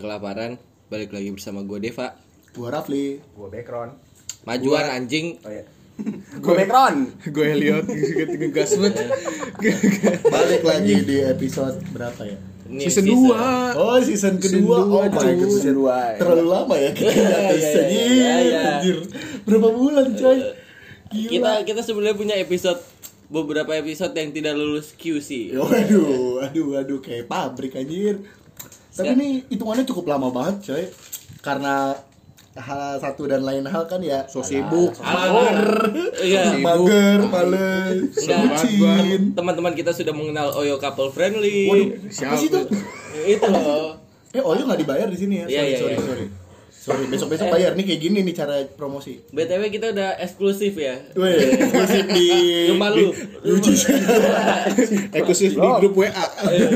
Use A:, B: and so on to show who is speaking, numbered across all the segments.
A: kelaparan balik lagi bersama gue Deva
B: Gua Rafli
C: gue background
A: majuan anjing
C: oh ya
B: Gua background
A: gue Elliot ngegas banget
B: Balik lagi di episode berapa ya?
A: season 2
B: Oh season kedua
C: dua,
B: Oh my
C: cuy.
B: god
C: Season dua, ya.
B: Terlalu lama ya kita nggak
A: Iya, iya,
B: season Ih,
A: iya, iya.
B: anjir. Berapa bulan coy? Gila
A: kita kita sebenarnya punya episode beberapa episode yang tidak lulus QC
B: Ya, Waduh Aduh aduh Kayak pabrik anjir Tapi ini hitungannya cukup lama banget coy Karena hal satu dan lain hal kan ya so sibuk
A: Alar iya
B: mager males
A: Enggak.
B: bucin
A: teman-teman kita sudah mengenal Oyo couple friendly
B: waduh apa sih itu
A: itu loh
B: Eh Oyo nggak dibayar di
A: Iya,
B: sini ya? Sorry,
A: iya,
B: sorry,
A: iya.
B: sorry. Sorry, besok-besok
C: Eh.
B: bayar nih kayak gini nih cara promosi.
A: btw kita udah eksklusif ya
B: Weh, eksklusif di
A: Rumah lu.
B: di- di-
D: eksklusif di grup WA
C: Oh, iya.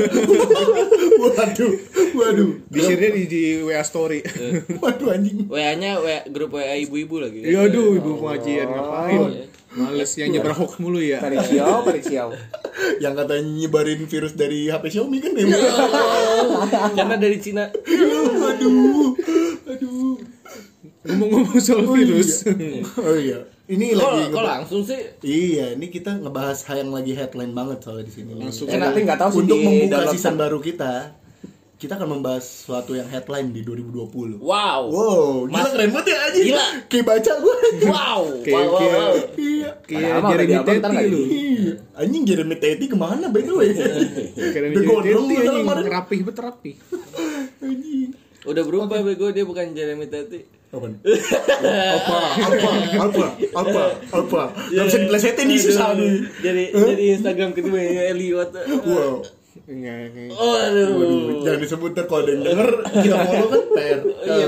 B: waduh, waduh,
D: disiarnya di, di WA story
A: Eh,
B: waduh anjing.
A: WA-nya WA, grup WA ibu-ibu lagi.
D: ya aduh ibu
A: Oh,
D: pengajian ngapain
A: iya.
D: males yang nyebar hoax mulu ya
C: tarik siau tarik siau
B: Yang katanya nyebarin virus dari HP Xiaomi kan ya?
A: Karena dari Cina.
B: Waduh, aduh.
D: ngomong-ngomong soal virus
B: Oh iya, ini
A: Kok kok
B: lagi ngebahas.
A: langsung sih?
B: Iya, ini kita ngebahas hal yang lagi headline banget soalnya di sini.
D: langsung
C: Eh, tapi nggak tahu sih
B: Untuk
C: di
B: membuka
C: download.
B: season baru kita, kita akan membahas sesuatu yang headline di 2020.
A: Wow.
B: Wow, gila keren banget ya anjing.
A: Gila.
B: Kayak baca gue.
A: Wow. Wow,
D: kayak
A: wow,
D: kayak
A: wow.
B: iya.
D: kayak
C: Padahal
D: Jeremy
C: udah diupload, ntar
D: Teti
C: nggak
D: lu
B: Iya. Anjing Jeremy Teti kemana by the way?
D: Jeremy
B: Udah gondrong lu
D: Teti anjing
B: kemarin.
D: rapih bet rapih
B: Anjing.
A: Udah berubah bego dia bukan Jeremy Tati.
B: Apaan? Apa? Iya, Apa? Apa? Apa? Apa? Gak bisa diplesetin nih susah nih.
A: Jadi jadi Instagram kedua ya Elliot.
B: Wow.
D: Nggak, nggak.
A: Waduh.
B: Jangan disebut ntar kalau ada yang denger kita follow kan per.
A: Iya,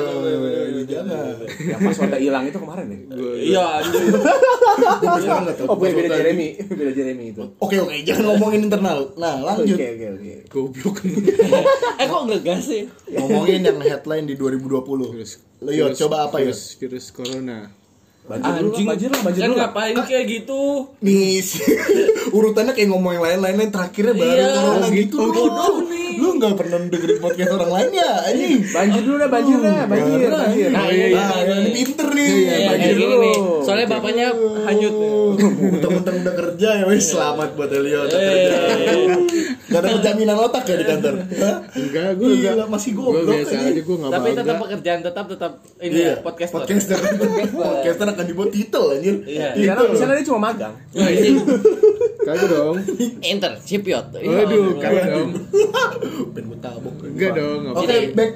B: Eh, Jangan.
C: yang pas warna hilang itu kemarin ya
A: Iya, anjing.
B: Gua bener banget tuh.
C: oh beda beda Jeremy beda Jeremy itu
B: Oke oke, jangan ngomongin internal. Nah,
C: oke
B: lanjut.
C: oke oke
D: goblok
A: Eh kok ngegas sih?
B: Ngomongin yang headline di 2020.
D: virus
B: Lo yuk
D: virus-
B: coba apa yuk?
D: virus virus corona
C: banjir dulu
A: Anjing.
C: banjir lah banjir
A: Kan
C: dulu
A: ngapain kayak gitu?
B: nih si- urutannya kayak ngomong yang lain lain terakhirnya baru
A: Iya,
B: corona
A: oh gitu.
B: gitu Lu-
A: Bodoh
B: lu-
A: nih.
B: lu nggak pernah dengerin podcast orang lain ya ini
C: banjir dulu dah banjir dah banjir banjir
A: Nah,
B: nah,
A: iya, iya, iya.
B: ini pinter nih
A: Iya,
B: Banjir.
A: kayak gini
C: dulu.
A: nih. Soalnya bapaknya hanyut.
B: Untung-untung udah kerja ya, wes selamat buat Elio udah
A: Iya,
B: kerja. Gak ada jaminan otak ya di kantor. Hah?
D: enggak gue
B: Gila,
D: enggak
B: masih
D: gue
B: goblok
D: biasa
B: ini.
D: aja gue nggak
A: Tapi tetap
D: bangga
A: pekerjaan tetap tetap ini
B: Iya,
A: ya, podcast
B: podcaster. Podcaster akan dibuat titel anjir.
A: Iya.
C: di sana
B: Titel.
C: di sana dia cuma magang
D: kagak dong
A: internship yot. Iya. Oh,
D: waduh kagak dong
B: Ben gua tabok.
D: enggak dong nggak
B: Oke, back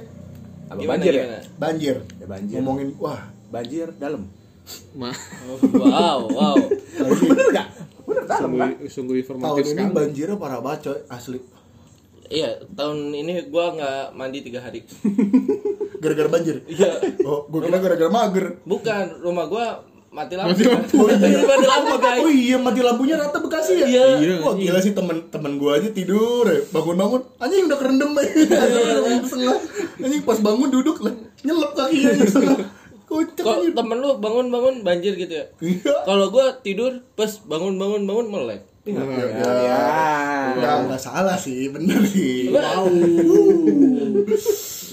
C: apa
A: Gimana,
C: banjir ya
A: gimana?
B: banjir.
C: Ya, banjir.
B: Ngomongin wah,
C: banjir dalam
D: mah
A: Wow, wow.
C: bener nggak bener dalam kan
D: sungguh sungguh
B: tahun
D: informatif
B: ini
D: sekali
B: banjirnya parah banget coy, asli.
A: Iya, tahun ini gua nggak mandi tiga hari.
B: Gara-gara banjir.
A: Iya,
B: Oh, gue kira gara-gara mager.
A: bukan rumah gua mati lampu.
D: Mati lampu.
A: Iya, Mati lampu, guys.
B: Oh iya mati lampunya rata Bekasi ya?
A: Iya.
D: Iya,
B: Wah gila sih temen temen gue aja tidur, ya. bangun-bangun, anjing udah eh. kerendam aja, setengah. Anjing pas bangun duduk lah, nyelep kakinya anjing, setengah. Kocak
A: Kok
B: anjing.
A: temen lu bangun-bangun banjir gitu ya?
B: Iya.
A: Kalau gua tidur, pas bangun-bangun bangun melek.
C: ya
B: Nggak, nggak salah sih, bener sih.
A: Wow.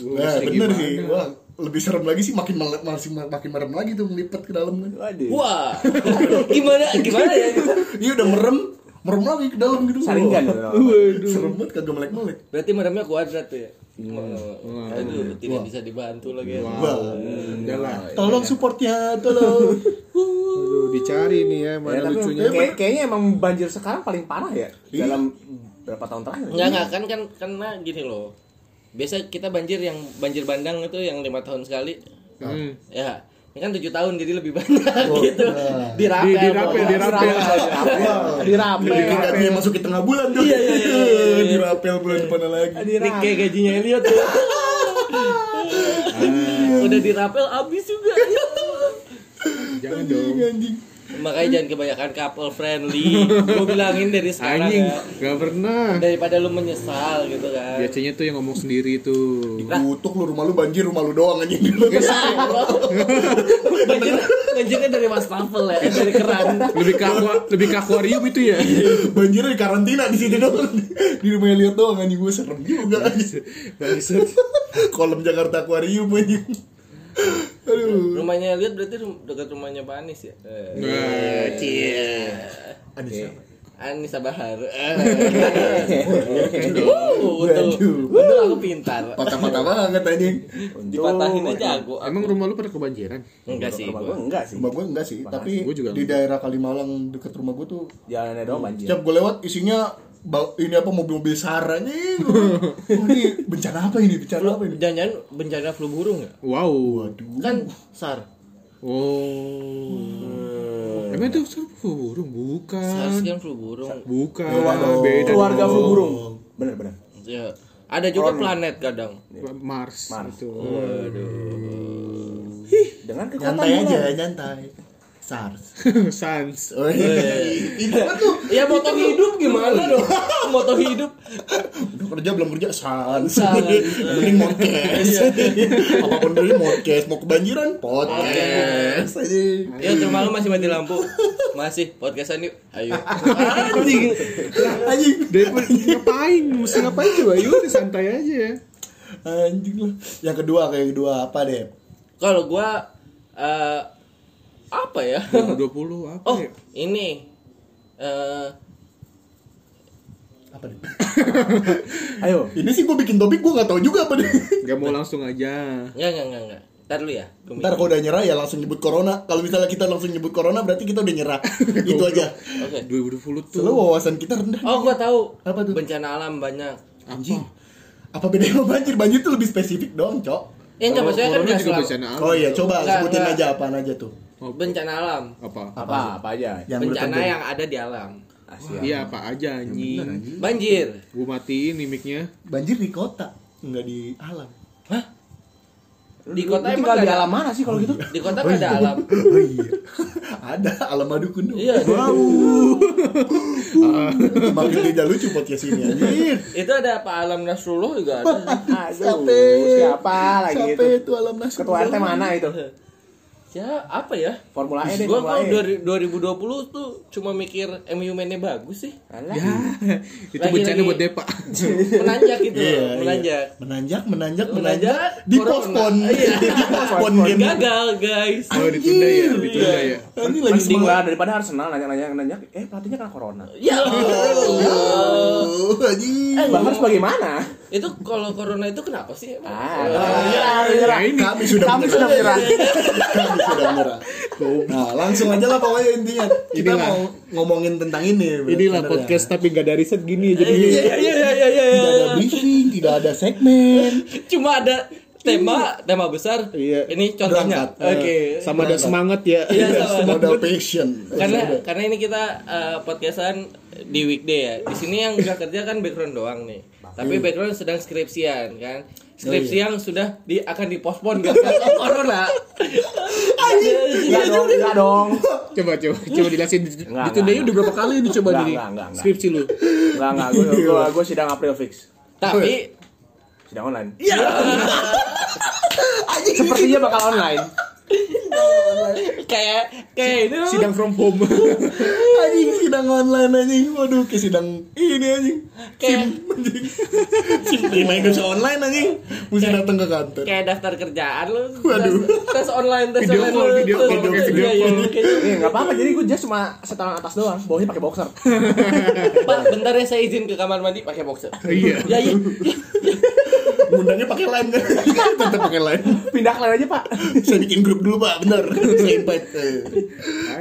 D: Gua
B: Nah,
D: mesti
B: bener
D: gimana?
B: sih. Wah, lebih serem lagi sih makin mele- masih makin merem lagi tuh melipet ke dalam kan.
C: waduh
A: Wah. Gimana gimana ya?
B: Iya udah merem, merem lagi ke dalam gitu.
C: saringan Iya,
B: Wah,
C: loh.
B: Serem banget kagak melek-melek.
A: Berarti meremnya kuadrat tuh ya? Wah, Aduh, tidak bisa dibantu lagi. ya.
B: Wah.
D: udah lah
B: Tolong supportnya, tolong.
D: Aduh, dicari nih ya
C: Ya,
B: Iya,
D: mana
C: tapi
D: lucunya
C: kayak- kayaknya emang banjir sekarang paling parah ya dalam berapa tahun terakhir
A: Enggak enggak kan kan karena gini loh. Biasa kita banjir yang banjir bandang itu yang lima tahun sekali.
D: Hmm.
A: Ya. Ini kan tujuh tahun jadi lebih banyak
B: Oh,
A: gitu.
B: nah.
A: Dirapel.
D: Di- dirapel,
A: pokoknya.
D: dirapel. Dirapel.
B: Wah.
C: dirapel
B: Bikin gaji yang masuk di tengah bulan tuh.
A: Iya, iya, iya, iya.
B: Dirapel bulan depan lagi.
A: Ini kayak gajinya Elliot tuh. Udah dirapel abis juga. Ya Allah.
D: jangan dong
B: Anjing, anjing.
A: Makanya jangan kebanyakan couple friendly. Gue bilangin dari sekarang
D: anjing
A: ya.
D: nggak pernah
A: Daripada lu menyesal gitu kan.
D: biasanya tuh yang ngomong sendiri tuh
B: Iya. Kutuk lu rumah lu banjir, rumah lu doang anjing.
A: Banjir, banjirnya dari wastafel ya, eh, dari keran.
D: Lebih ke aqua- lebih ke akuarium itu ya.
B: Banjirnya di karantina di situ doang. Di rumah Elliot doang anjing gue serem juga.
D: Bangsat.
B: Kolam Jakarta Aquarium anjing. Aduh.
A: Rumahnya lihat berarti rum- dekat rumahnya Pak Anies ya. Eh,
D: Nah,
B: Ada siapa?
A: Anis Sabahar.
C: Iya,
A: Eh. Wuh,
B: Waduh. Oh.
A: Untung untung aku pintar.
B: Patah-patah banget anjing.
A: Dipatahin aja aku.
D: Nah, Emang rumah lu pada kebanjiran?
A: Enggak sih.
C: Rumah
A: gua.
C: gue enggak sih.
B: Rumah gue enggak sih, tapi
D: Gua juga
B: di daerah Kalimalang deket rumah gue tuh
C: Jalannya doang banjir.
B: Setiap gue lewat isinya bau- ini apa mobil-mobil sara nih. Wah, ini bencana apa ini? Bencana apa ini?
A: Jangan-jangan bencana flu burung ya?
D: Wow.
A: Kan SAR.
D: Oh. Emang itu siapa burung?
A: SAR
D: Bukan.
A: kan flu burung.
D: Bukan.
B: Dewa dong.
D: Beda.
C: Keluarga flu burung. Bener bener.
A: Ya. Ada juga planet kadang.
D: Mars.
C: Mars.
D: Itu.
C: Dengan kekuatan
B: Nyantai aja,
C: bulan.
B: nyantai. SARS.
D: Sans.
B: Oh, iya. Itu apa tuh?
A: Ya moto hidup gimana dong? Moto hidup.
B: Udah kerja belum kerja SARS.
A: SARS.
B: Mending podcast. Iya. Apapun beli podcast, mau kebanjiran podcast. Aja.
A: Ya rumah lu masih mati lampu. Masih podcastan yuk. Ayo. Anjing.
B: Anjing.
D: Daripada ngapain? Mesti ngapain coba? Yuk, udah santai aja.
B: Anjing lah. Yang kedua kayak kedua apa deh?
A: Kalau gua eh apa ya?
D: 2020 apa
A: Oh,
D: ya?
A: ini. Eh
B: Apa deh?
C: Ayo.
B: Ini sih gue bikin topik gue gak tahu juga apa deh.
D: Gak mau langsung aja.
A: enggak enggak enggak enggak. Ntar dulu ya. gua
B: Ntar
A: mikir.
B: kalau udah nyerah ya langsung nyebut corona. Kalau misalnya kita langsung nyebut corona berarti kita udah nyerah. Itu aja.
A: Oke.
D: 2020 tuh
B: Selalu wawasan kita rendah.
A: Oh, gua tahu.
B: Apa tuh?
A: Bencana alam banyak.
D: anjing.
B: Apa bedanya sama banjir? Banjir tuh lebih spesifik dong, Cok.
A: Ya enggak maksudnya kan
D: Corona juga
A: bencana alam.
D: bencana alam.
B: Oh iya, coba
A: Enggak,
B: sebutin
A: enggak.
B: aja apaan aja tuh.
A: Bencana alam.
D: Apa?
C: Apa Ya. apa aja.
B: Yang menurut
A: bencana
B: Abdul.
A: yang ada di alam.
C: Asia.
D: Iya apa aja anjing.
A: Banjir.
D: Gue matiin mimiknya.
B: banjir di kota, enggak di alam.
A: Hah? Di
C: Lu-
A: kota
C: lu
A: emang
C: tinggal di
A: ada-
C: alam mana sih kalau gitu?
A: Di kota nggak ada alam.
B: Oh iya. Ada alam madu kuno.
A: Iya.
B: Makin dia lucu podcast ini anjir.
A: Itu ada Pak Alam Nasrullah juga ada.
C: Aduh, siapa lagi
B: Siapa
C: itu?
B: itu alam nasib?
C: Ketua RT mana itu?
A: Ya, apa ya?
C: Formula E deh,
A: Gua
C: Formula
A: kalau
C: E.
A: dari 2020 tuh cuma mikir MU mainnya bagus sih.
C: Alah.
D: Ya, itu
A: Lagi-
D: bencana
A: lagi-
D: buat Depa.
A: Menanjak gitu,
B: Iya,
A: loh,
B: iya.
A: menanjak.
B: Menanjak, menanjak,
A: Menanjak,
B: menanjak, dipospon,
A: corona. Iya.
B: dipospon game.
A: Gagal, guys.
D: Oh, ditunda ya, ditunda ya.
C: Kan
B: Ini lagi
C: Mending lah daripada Arsenal nanya-nanya nanya, eh pelatihnya kena corona.
A: Ya Allah.
B: Oh, anjing.
C: Bang harus bagaimana?
A: Itu kalau corona itu kenapa sih? emang?
C: Ah,
D: Nah, ini
B: Kami sudah
C: kami
B: menyerah.
C: sudah menyerah.
B: Kami sudah menyerah. Nah, langsung aja lah pokoknya intinya. Kita
D: Inilah.
B: mau ngomongin tentang ini.
D: inilah
B: sebenarnya.
D: podcast tapi gak ada riset gini ya
A: Iya,
D: jadi.
A: iya, iya, iya, iya,
B: Tidak ada
A: iya.
B: briefing, tidak ada segmen.
A: Cuma ada tema, tema besar.
D: Iya.
A: Ini contohnya.
B: Berangkat. Iya.
A: Oke.
D: Sama ada semangat ya.
A: Iya, sama.
B: Modal passion.
A: karena karena ini kita eh, podcastan di weekday ya di sini yang nggak kerja kan background doang nih
B: Iya.
A: tapi background sedang skripsian kan
B: Oh,
A: skripsi yang sudah di akan dipospon karena corona
C: Enggak Iya, dong, Iya. enggak dong.
D: Coba coba coba dilasin
C: Enggak,
D: ditunda
C: enggak.
D: udah berapa kali dicoba
C: Enggak,
D: ini
C: enggak, enggak, enggak.
D: skripsi lu.
C: Enggak, enggak, gue, gue, gue sidang April fix.
A: tapi
B: Iya.
C: Sidang online. Iya. Sepertinya bakal online.
A: kayak kayak ini loh.
D: Sidang from home.
B: Anjing sidang online anjing. Waduh, ke sidang ini anjing.
A: kayak
B: Sidang Microsoft online anjing. Mesti datang ke kantor.
A: kayak daftar kerjaan lu
B: Waduh.
A: tes, tes online tes
D: Video
A: online
D: call,
A: lu,
D: video
A: tes-
D: call, pakai video
A: iya, iya,
D: call.
A: kayak-
C: Iya, enggak apa-apa. Jadi gue just cuma setelan atas doang. Bawahnya pakai boxer.
A: pak bentar ya saya izin ke kamar mandi pakai boxer
D: Iya.
A: ya iya
B: Ngundangnya pakai line kan. Tetap pakai line.
C: Pindah ke lain aja, Pak.
B: Saya bikin grup dulu, Pak. Benar. Saya invite. Eh.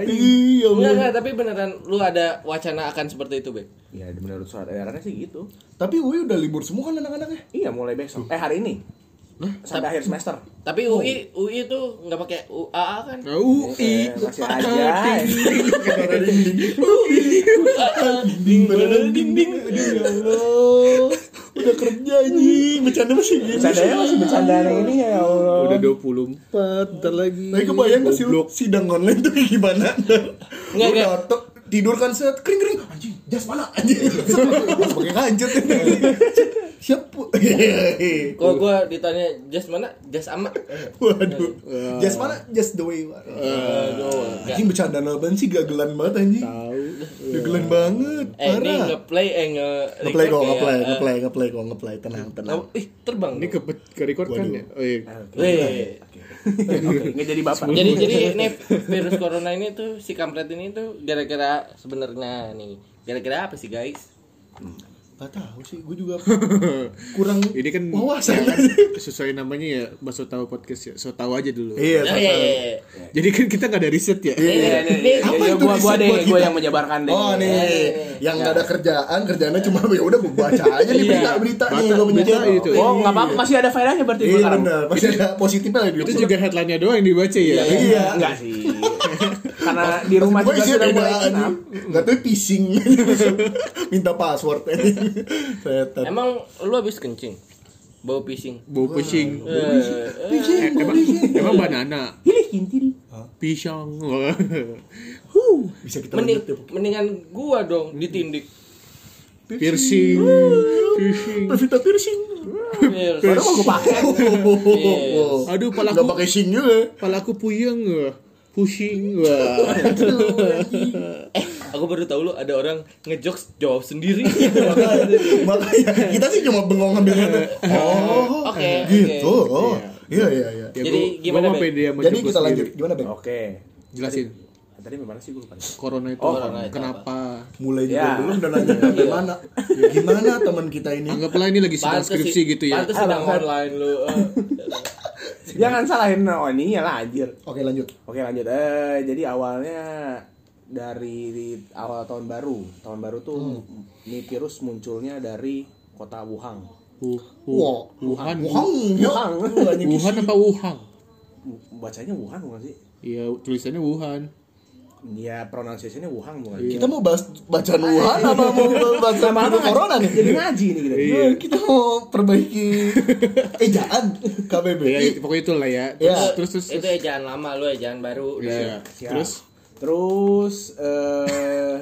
B: Iya,
A: Enggak,
B: Allah.
A: enggak, tapi beneran lu ada wacana akan seperti itu Bek?
C: Iya, menurut surat edarannya sih gitu.
B: Tapi UI udah libur semua kan anak-anaknya.
C: Iya, mulai besok. Eh, hari ini. Sampai akhir semester.
A: Tapi UI UI tuh nggak pakai UAA kan?
D: UI.
C: Eh, Masih aja.
B: Ding ding ding ding. Aduh, ya Allah. Udah kerja anjing. Bercanda masih gini.
C: Bercandanya masih bercanda yang ini ya, ya Allah.
D: Udah 24 ntar lagi.
B: Tapi kebayang gak sih lu
D: Goblok.
B: sidang online tuh kayak gimana? Lu
A: Nggak, nggak.
B: dateng, tidur kan set kering kering anjing jas mana anjing Langsung pakai kanjut siapa
A: Kalau gua ditanya jas mana? Jas ama.
B: waduh just mana just the way you are
A: Aduh.
B: anjing bercanda naban sih gagelan banget anjing
D: Tahu.
B: gagelan banget
A: Eh, ini
B: parah
A: ngeplay eh nge
B: ngeplay kok
A: record
B: ngeplay
A: ya, eh,
B: ngeplay ngeplay kok ngeplay tenang tenang
A: oh, Ih, terbang.
D: Ini ke, ke record kan
B: Waduh.
D: ya? Oh, iya.
A: Eh. Weh.
C: Oke, nggak jadi bapak.
A: Jadi jadi ini virus corona ini tuh si kampret ini tuh gara-gara sebenarnya nih. Gara-gara apa sih, guys?
B: Gak tahu sih, gue juga kurang
D: Ini kan
B: wawasan.
D: sesuai namanya ya, Baso tahu podcast ya. So tahu aja dulu.
A: Ya,
B: Iya, tahu.
A: ya, ya, ya.
D: Jadi kan kita nggak ada riset
A: Iya,
D: ya.
A: iya, iya.
B: Apa
C: Ya,
B: itu
C: gua
B: riset
C: gua deh,
B: buat
C: gua
B: kita?
C: yang menjabarkan deh. Iya.
B: Oh nih, yang gak ada kerjaan, kerjaannya cuma ya udah gue baca aja nih berita-berita nih gue
D: Baca- baca
B: menjaga.
D: itu.
C: Oh, nggak apa-apa, masih ada faedahnya berarti gua
B: Iya
C: sekarang.
B: benar, masih ada positifnya lagi.
D: Itu juga headline-nya doang yang dibaca ya.
B: Iya.
C: Enggak sih. Karena di rumah
B: gue
C: juga
B: isinya
C: sudah
B: beda
C: mulai kenap.
B: Gak tau phishing Minta password Setan
A: Emang lu habis kencing? Bau pising.
B: Iya.
D: Bau pusing.
A: Eh,
D: Eh, emang, emang banana.
C: Pilih kintil.
D: Pisang.
B: Bisa kita
A: mending
D: gitu.
B: lanjut
A: mendingan gua dong ditindik.
D: Piercing. Piercing.
B: ya Vita piercing
A: Virus.
C: Baru mau gua pakai.
D: Aduh, pala
B: Gak
D: aku-
B: pakai sing juga
D: Kepala aku puyeng. eh. Pusing. Wah.
A: Eh, aku baru tahu lu ada orang ngejokes jawab sendiri.
D: Iya,
B: makanya kita sih cuma bengong ngambil itu oh
A: Oke,
B: gitu oh iya iya iya
D: Ya,
A: Jadi
D: gua-
A: gimana,
D: gua mau
A: Bek?
D: pede sama
B: jadi
D: joke gua
B: kita lanjut
D: sendiri.
B: gimana Bang?
C: Oke.
D: Jelasin.
C: Tadi gimana sih gua lupa.
D: Corona itu,
C: Oh,
A: corona itu
D: kenapa?
B: mulai juga
A: Iya.
C: Ya.
B: belum dan lanjut sampai mana gimana teman kita ini
D: Anggaplah ini lagi sedang
A: Pantes
D: skripsi
A: sih-
D: gitu ya.
A: Pantes sedang
C: Alasan.
A: online lu. eh.
C: Jangan salahin Oni ya lah anjir.
B: oke lanjut
C: Oke lanjut. Eh jadi awalnya dari di awal tahun baru. Tahun baru tuh ini virus munculnya dari kota Wuhan.
D: Wu- Wu-
B: Wah,
D: Wuhan.
B: Wuhan, ya.
C: Wuhan.
B: Wuhan, yang
D: Wuhan
B: kisi.
D: apa Wuhan?
C: Bacanya Wuhan bukan sih?
D: Iya, tulisannya Wuhan.
C: Ya pronunciation-nya Wuhan bukan.
B: Kita mau bahas bacaan Wuhan apa mau bahas
C: Sama-sama
B: virus corona nih?
C: Jadi ngaji nih kita.
D: Iya.
B: Ya, kita mau perbaiki Eh, ejaan KBB.
D: Ya, itu- pokoknya itulah ya. Terus
B: Ya.
D: terus terus.
A: Itu
D: terus.
A: ejaan lama lu, ejaan baru.
D: Ya.
C: Siap.
D: Terus
C: terus eh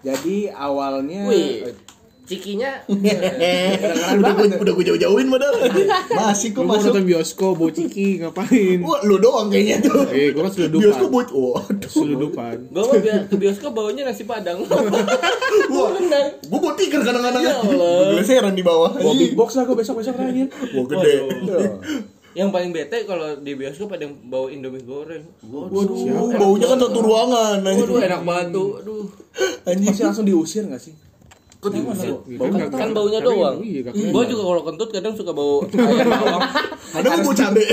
C: jadi awalnya eh,
A: Wih. Cikinya
B: Iya. udah gue udah gue jauh-jauhin padahal. Masih kok
D: gue mau
B: masuk.
D: nonton bioskop, bau ciki, ngapain?
B: Wah, lu doang kayaknya tuh.
D: Eh, gua kan seludupan.
B: Bioskop buat. Waduh.
D: Seludupan.
A: gua mau bi- ke bioskop baunya nasi padang. Gua rendang.
B: Gue buat tikar kadang-kadang.
A: Ya Allah.
B: Gue geleseran di bawah.
C: gua big box lah gua besok-besok lah anjir.
B: Gue gede.
C: Tuh.
A: Yang paling bete kalau di bioskop ada yang bawa Indomie goreng. Waduh,
B: Waduh, baunya kan satu ruangan. anjing.
A: enak banget tuh. Aduh.
C: Masih langsung diusir gak sih?
A: Kok diusir?
D: Iya,
A: Kan,
D: nggak-
A: kan baunya doang.
D: karena iya, nggak kelihatan.
A: Gua juga kalau kentut kadang suka bau ayam bawang.
B: Ada gue bau cabe.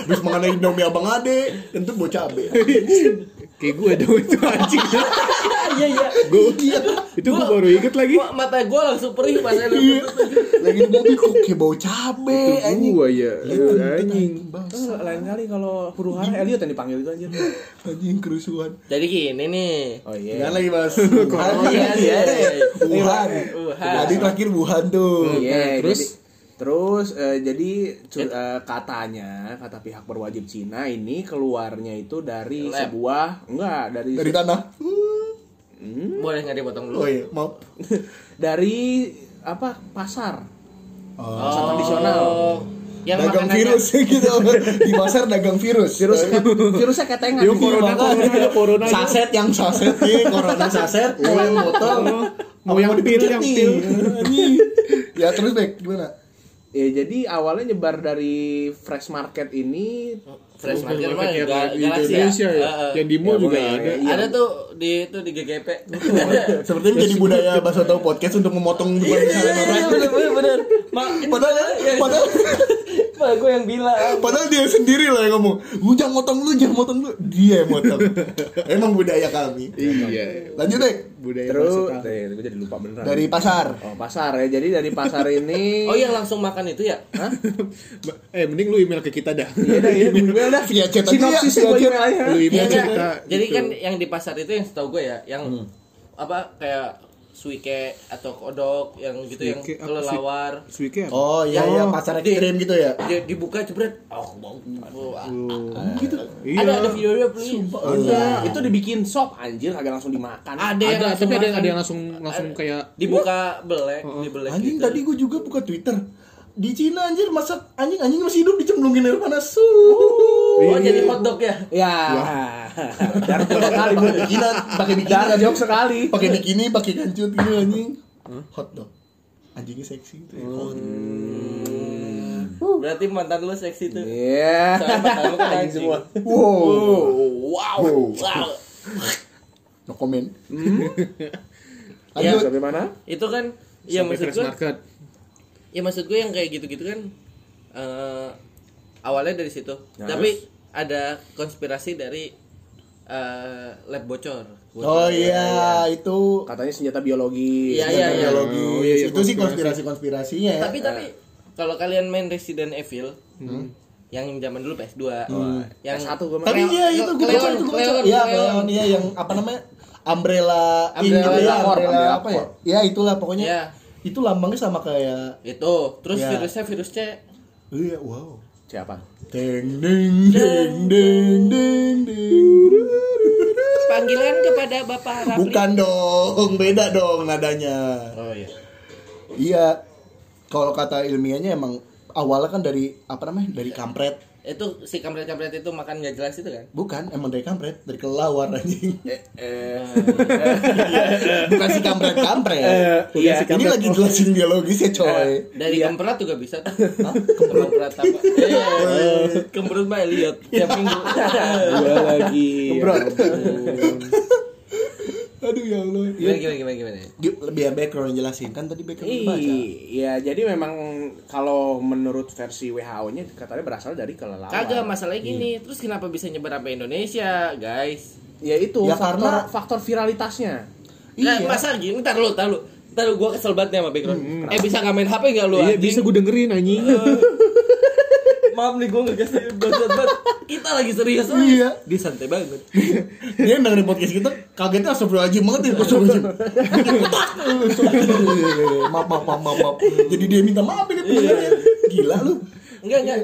B: Habis makan Indomie Abang Ade, kentut bau cabe.
D: Kayak gue dong itu anjing.
A: Iya iya.
D: Gue itu gue baru inget lagi.
A: Gua- Mata gua langsung perih pas ada
B: Iya.
A: kentut.
B: Lagi di mobil kok kayak bau cabe Eh, anjing.
D: Gue ya.
B: Kentut,
D: Anjing.
B: bangsa.
C: Eh, Lain kali kalau huru hara Elliot yang dipanggil itu anjir.
B: Anjing kerusuhan.
A: Jadi gini nih.
C: Oh
B: Jangan
C: iya.
B: lagi bahas
A: iya, iya.
B: gitu ya? Wuhan.
A: Wuhan.
B: Jadi terakhir Wuhan tuh.
D: Terus?
C: Iya, terus terus eh, jadi cu- eh, katanya kata pihak berwajib Cina ini keluarnya itu dari
A: Lab.
C: sebuah enggak dari
B: Dari tanah.
A: Boleh nggak dipotong dulu?
B: Oh iya, maaf.
C: dari apa pasar
B: Oh.
C: pasar tradisional
A: Yang
B: dagang
A: iya, makanannya-
B: virus gitu di pasar dagang virus
C: virus kan- virusnya ketengan Iya,
D: Yuk corona, corona, yuk corona. yuk.
B: saset yang saset Iya. nih corona saset mau yang botol
D: Mau
B: Apa
D: Oh, yang pil,
B: dipijit
D: yang
B: nih?
D: pil.
B: Anjing. ya terus baik gimana
C: Ya jadi awalnya nyebar dari fresh market ini
A: Fresh
D: Bukan
A: Market mah
D: market
A: Ga-
D: di
A: Galaxy
D: Indonesia ya.
A: Heeh.
D: Yang di mall
C: Ya,
D: juga
C: boleh,
D: ada.
C: iya.
A: Ada tuh di itu di GGP.
B: seperti menjadi budaya bahasa tahu podcast untuk memotong bukan kesalahan orang
A: bener bener. ya, Mak,
B: padahal iya, padahal
A: Mak, gue yang bilang.
B: padahal dia sendiri lah yang ngomong lu jangan motong lu jangan motong lu dia yang motong emang budaya kami
D: Iya.
B: lanjut deh
D: Budaya
C: terus
D: bahasa tahu.
C: eh, gue jadi lupa beneran.
B: dari pasar
C: oh, pasar ya. Jadi dari pasar ini
A: Oh yang langsung makan itu ya?
D: Eh, mending lu email ke kita dah.
C: Iya dah, iya, email dah.
B: via chat aja ya
C: Sinopsis
B: via chat
C: gue email aja.
D: Lu email
A: Iya,
D: kita.
A: Kak. Jadi
D: gitu. Hmm.
A: kan yang di pasar itu yang setahu gue ya, yang apa kayak suike atau kodok yang gitu yang
D: Suike apa?
A: kelelawar
D: Suike apa?
B: Oh iya iya pasar ekstrim gitu ya.
A: Dia dibuka jebret oh bau bau, ah.
B: Gitu.
D: Iya.
A: ada ada videonya beli
C: Iya. Ada. Itu dibikin sop anjir kagak langsung dimakan.
A: ada yang
D: Ada,
A: langsung
D: tapi ada yang,
A: makan.
D: ada yang Oh, langsung langsung kayak
A: dibuka belek dibelek
B: Anjing
A: gitu.
B: tadi gue juga buka Twitter. Di Cina anjir masa anjing anjing masih hidup dicemplungin air panas.
A: oh
B: Suuuuh.
A: jadi hotdog ya
C: Ya. Dark joke sekali Bu.
B: Gila pakai bikini
C: Dark
B: anjing.
C: joke sekali.
B: Pakai bikini, pakai kancut gitu anjing. Hot dog. Anjingnya seksi gitu ya. Hot.
A: berarti mantan lu seksi tuh
C: Iya.
A: Soalnya mantan lu kan anjing semua
B: Wow.
A: wow wow
B: No comment.
C: Lanjut
B: Lanjut.
C: sampai mana?
A: itu kan ya
D: sampai
A: maksud
D: fresh
A: gue
D: market.
A: ya maksud gue yang kayak gitu-gitu kan eh, awalnya dari situ
B: Ya,
A: tapi ada konspirasi dari eh, lab bocor
B: Oh iya, itu
C: Katanya senjata biologi.
A: Iya, iya, iya.
B: biologi.
D: Oh, iya, iya,
B: itu sih konspirasi-konspirasinya ya.
A: tapi tapi kalau kalian main Resident Evil
B: Hmm.
A: yang zaman dulu PS2 yang
C: Satu gua
B: Tapi
C: main.
B: iya itu gue baca
A: Cleon,
B: itu gue baca.
A: Cleon,
B: Iya,
A: Cleon.
B: Cleon, iya yang apa namanya? Umbrella, ini
A: Umbrella
B: gitu ya, umbrella
C: Corp, Umbrella
B: apa ya? Iya, itulah pokoknya.
A: Iya.
B: Itu lambangnya sama kayak
A: itu terus
B: Iya.
A: virusnya virus C
B: iya, wow.
C: Siapa?
B: Deng deng deng deng deng deng.
A: panggilan kepada Bapak Rafli
B: Bukan dong, beda dong nadanya.
A: oh iya
B: Iya. Kalau kata ilmiahnya emang awalnya kan dari apa namanya? Dari kampret.
A: itu si kampret-kampret itu makan gak jelas itu kan
B: Bukan, emang dari kampret, dari kelawar anjing.
C: Eh, eh,
B: Bukan si kampret kampret.
C: iya. Eh.
B: Ini lagi jelasin biologisnya coy.
A: dari kemperat juga bisa tuh kemperat apa Iya, kemperat mbak Elliot tiap minggu
C: gua lagi.
B: Bro. Aduh ya Allah.
A: gimana gimana gimana gimana
B: Gi- Lebih ya, background yang jelasin kan tadi background udah baca.
C: Iya, jadi memang kalau menurut versi WHO-nya katanya berasal dari kelelawar.
A: kagak masalahnya gini terus kenapa bisa nyebar sampai Indonesia guys
C: Ya itu
B: Ya,
C: faktor,
B: karena-
C: faktor viralitasnya.
A: Nah,
B: Iya.
A: masa gini, ntar lu, ntar lu Ntar lu, gua kesel banget nih sama background Eh, bisa nggak main HP nggak lu?
D: Iya
A: anjing?
D: bisa gue dengerin anjing.
B: Iya,
A: Maaf nih, gua ngegas nih, bangsat banget Kita lagi serius woy.
B: Iya.
A: Dia santai banget
B: Dia yang dengerin podcast kita kagetnya astagfirullahaladzim banget ya astagfirullahaladzim. maaf, maaf, maaf, maaf, maaf. Jadi dia minta maaf ini pendengarnya. Gila lu.
A: Enggak, enggak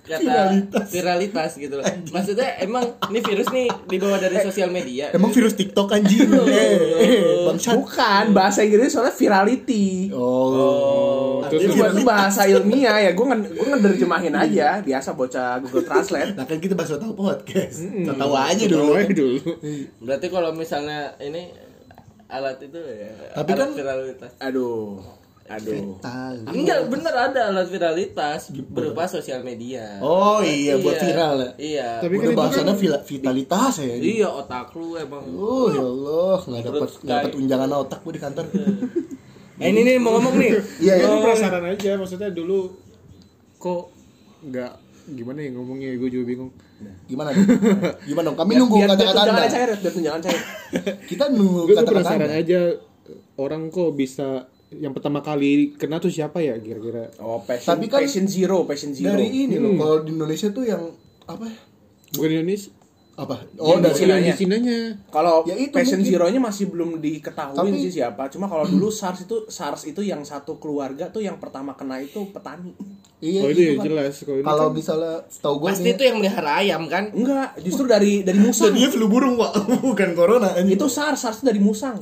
A: Kata
B: Viralitas.
A: viralitas. gitu loh Maksudnya, emang ini virus nih dibawa dari sosial media
B: Emang virus TikTok anjing. Eh, eh, bangsat.
C: Bukan, bahasa Inggrisnya soalnya virality.
B: Oh. Artinya
D: terus
C: Cuma itu
B: virus-
C: bahasa ilmiah ya, gue ngederjemahin aja, biasa bocah Google Translate.
B: Nah kan kita bahasa tahu podcast. Kita tahu aja
D: Dulu
B: dulu.
D: aja Gitu dulu.
B: Iya,
A: Berarti kalau misalnya ini alat itu ya
B: Tapi
A: alat
B: kan-
A: viralitas
C: Aduh, aduh.
B: Tahu.
D: kan
A: Enggak, bener ada alat viralitas berupa sosial media
B: Gitu. Oh iya buat viral ya.
A: Iya
D: Tapi kan
B: Udah
D: itu
B: bahasanya vila- vitalitas ya. ini.
A: Iya, otak lu emang
B: Oh ya Allah, nggak dapat
A: Perut
B: nggak dapat
A: kayak-
B: unjangan otak gue di kantor.
A: Eh, ini nih mau ngomong nih.
B: Iya
D: Iya,
B: ya.
D: itu penasaran aja maksudnya dulu kok nggak gimana ya ngomongnya gue juga bingung.
B: Gimana? dong? Gimana dong? Kami nunggu
C: biar, biar
B: kata-kata Anda.
C: tunjangannya cair, biar tunjangan cair.
B: Kita nunggu
D: Gue tuh
B: kata-kata
D: penasaran
B: Anda.
D: aja orang kok bisa yang pertama kali kena tuh siapa ya kira-kira?
C: Oh, passion,
B: Tapi kan-
C: passion zero, passion zero.
B: Dari ini loh,
D: Hmm.
B: kalau di Indonesia tuh yang apa? ya?
D: Bukan Indonesia. Iya,
B: Apa? Oh
C: Yang di
B: dari
C: Cina.
D: Yang di
C: Cinanya.
D: Cinanya.
C: Kalau
B: Ya itu
C: passion
B: mungkin.
C: zero-nya masih belum diketahui
B: Tapi-
C: sih siapa. Cuma kalau dulu SARS itu SARS itu yang satu keluarga tuh yang pertama kena itu petani.
B: Iya,
D: Oh, itu ya
B: kan.
D: jelas. Kalau ini
B: Kalau
D: kan-
B: misalnya setahu gue
A: Pasti itu yang melihara ayam kan?
C: Enggak, justru dari dari musang.
B: dia flu burung, Pak. Bukan corona. anjing.
C: Itu SARS, SARS dari musang.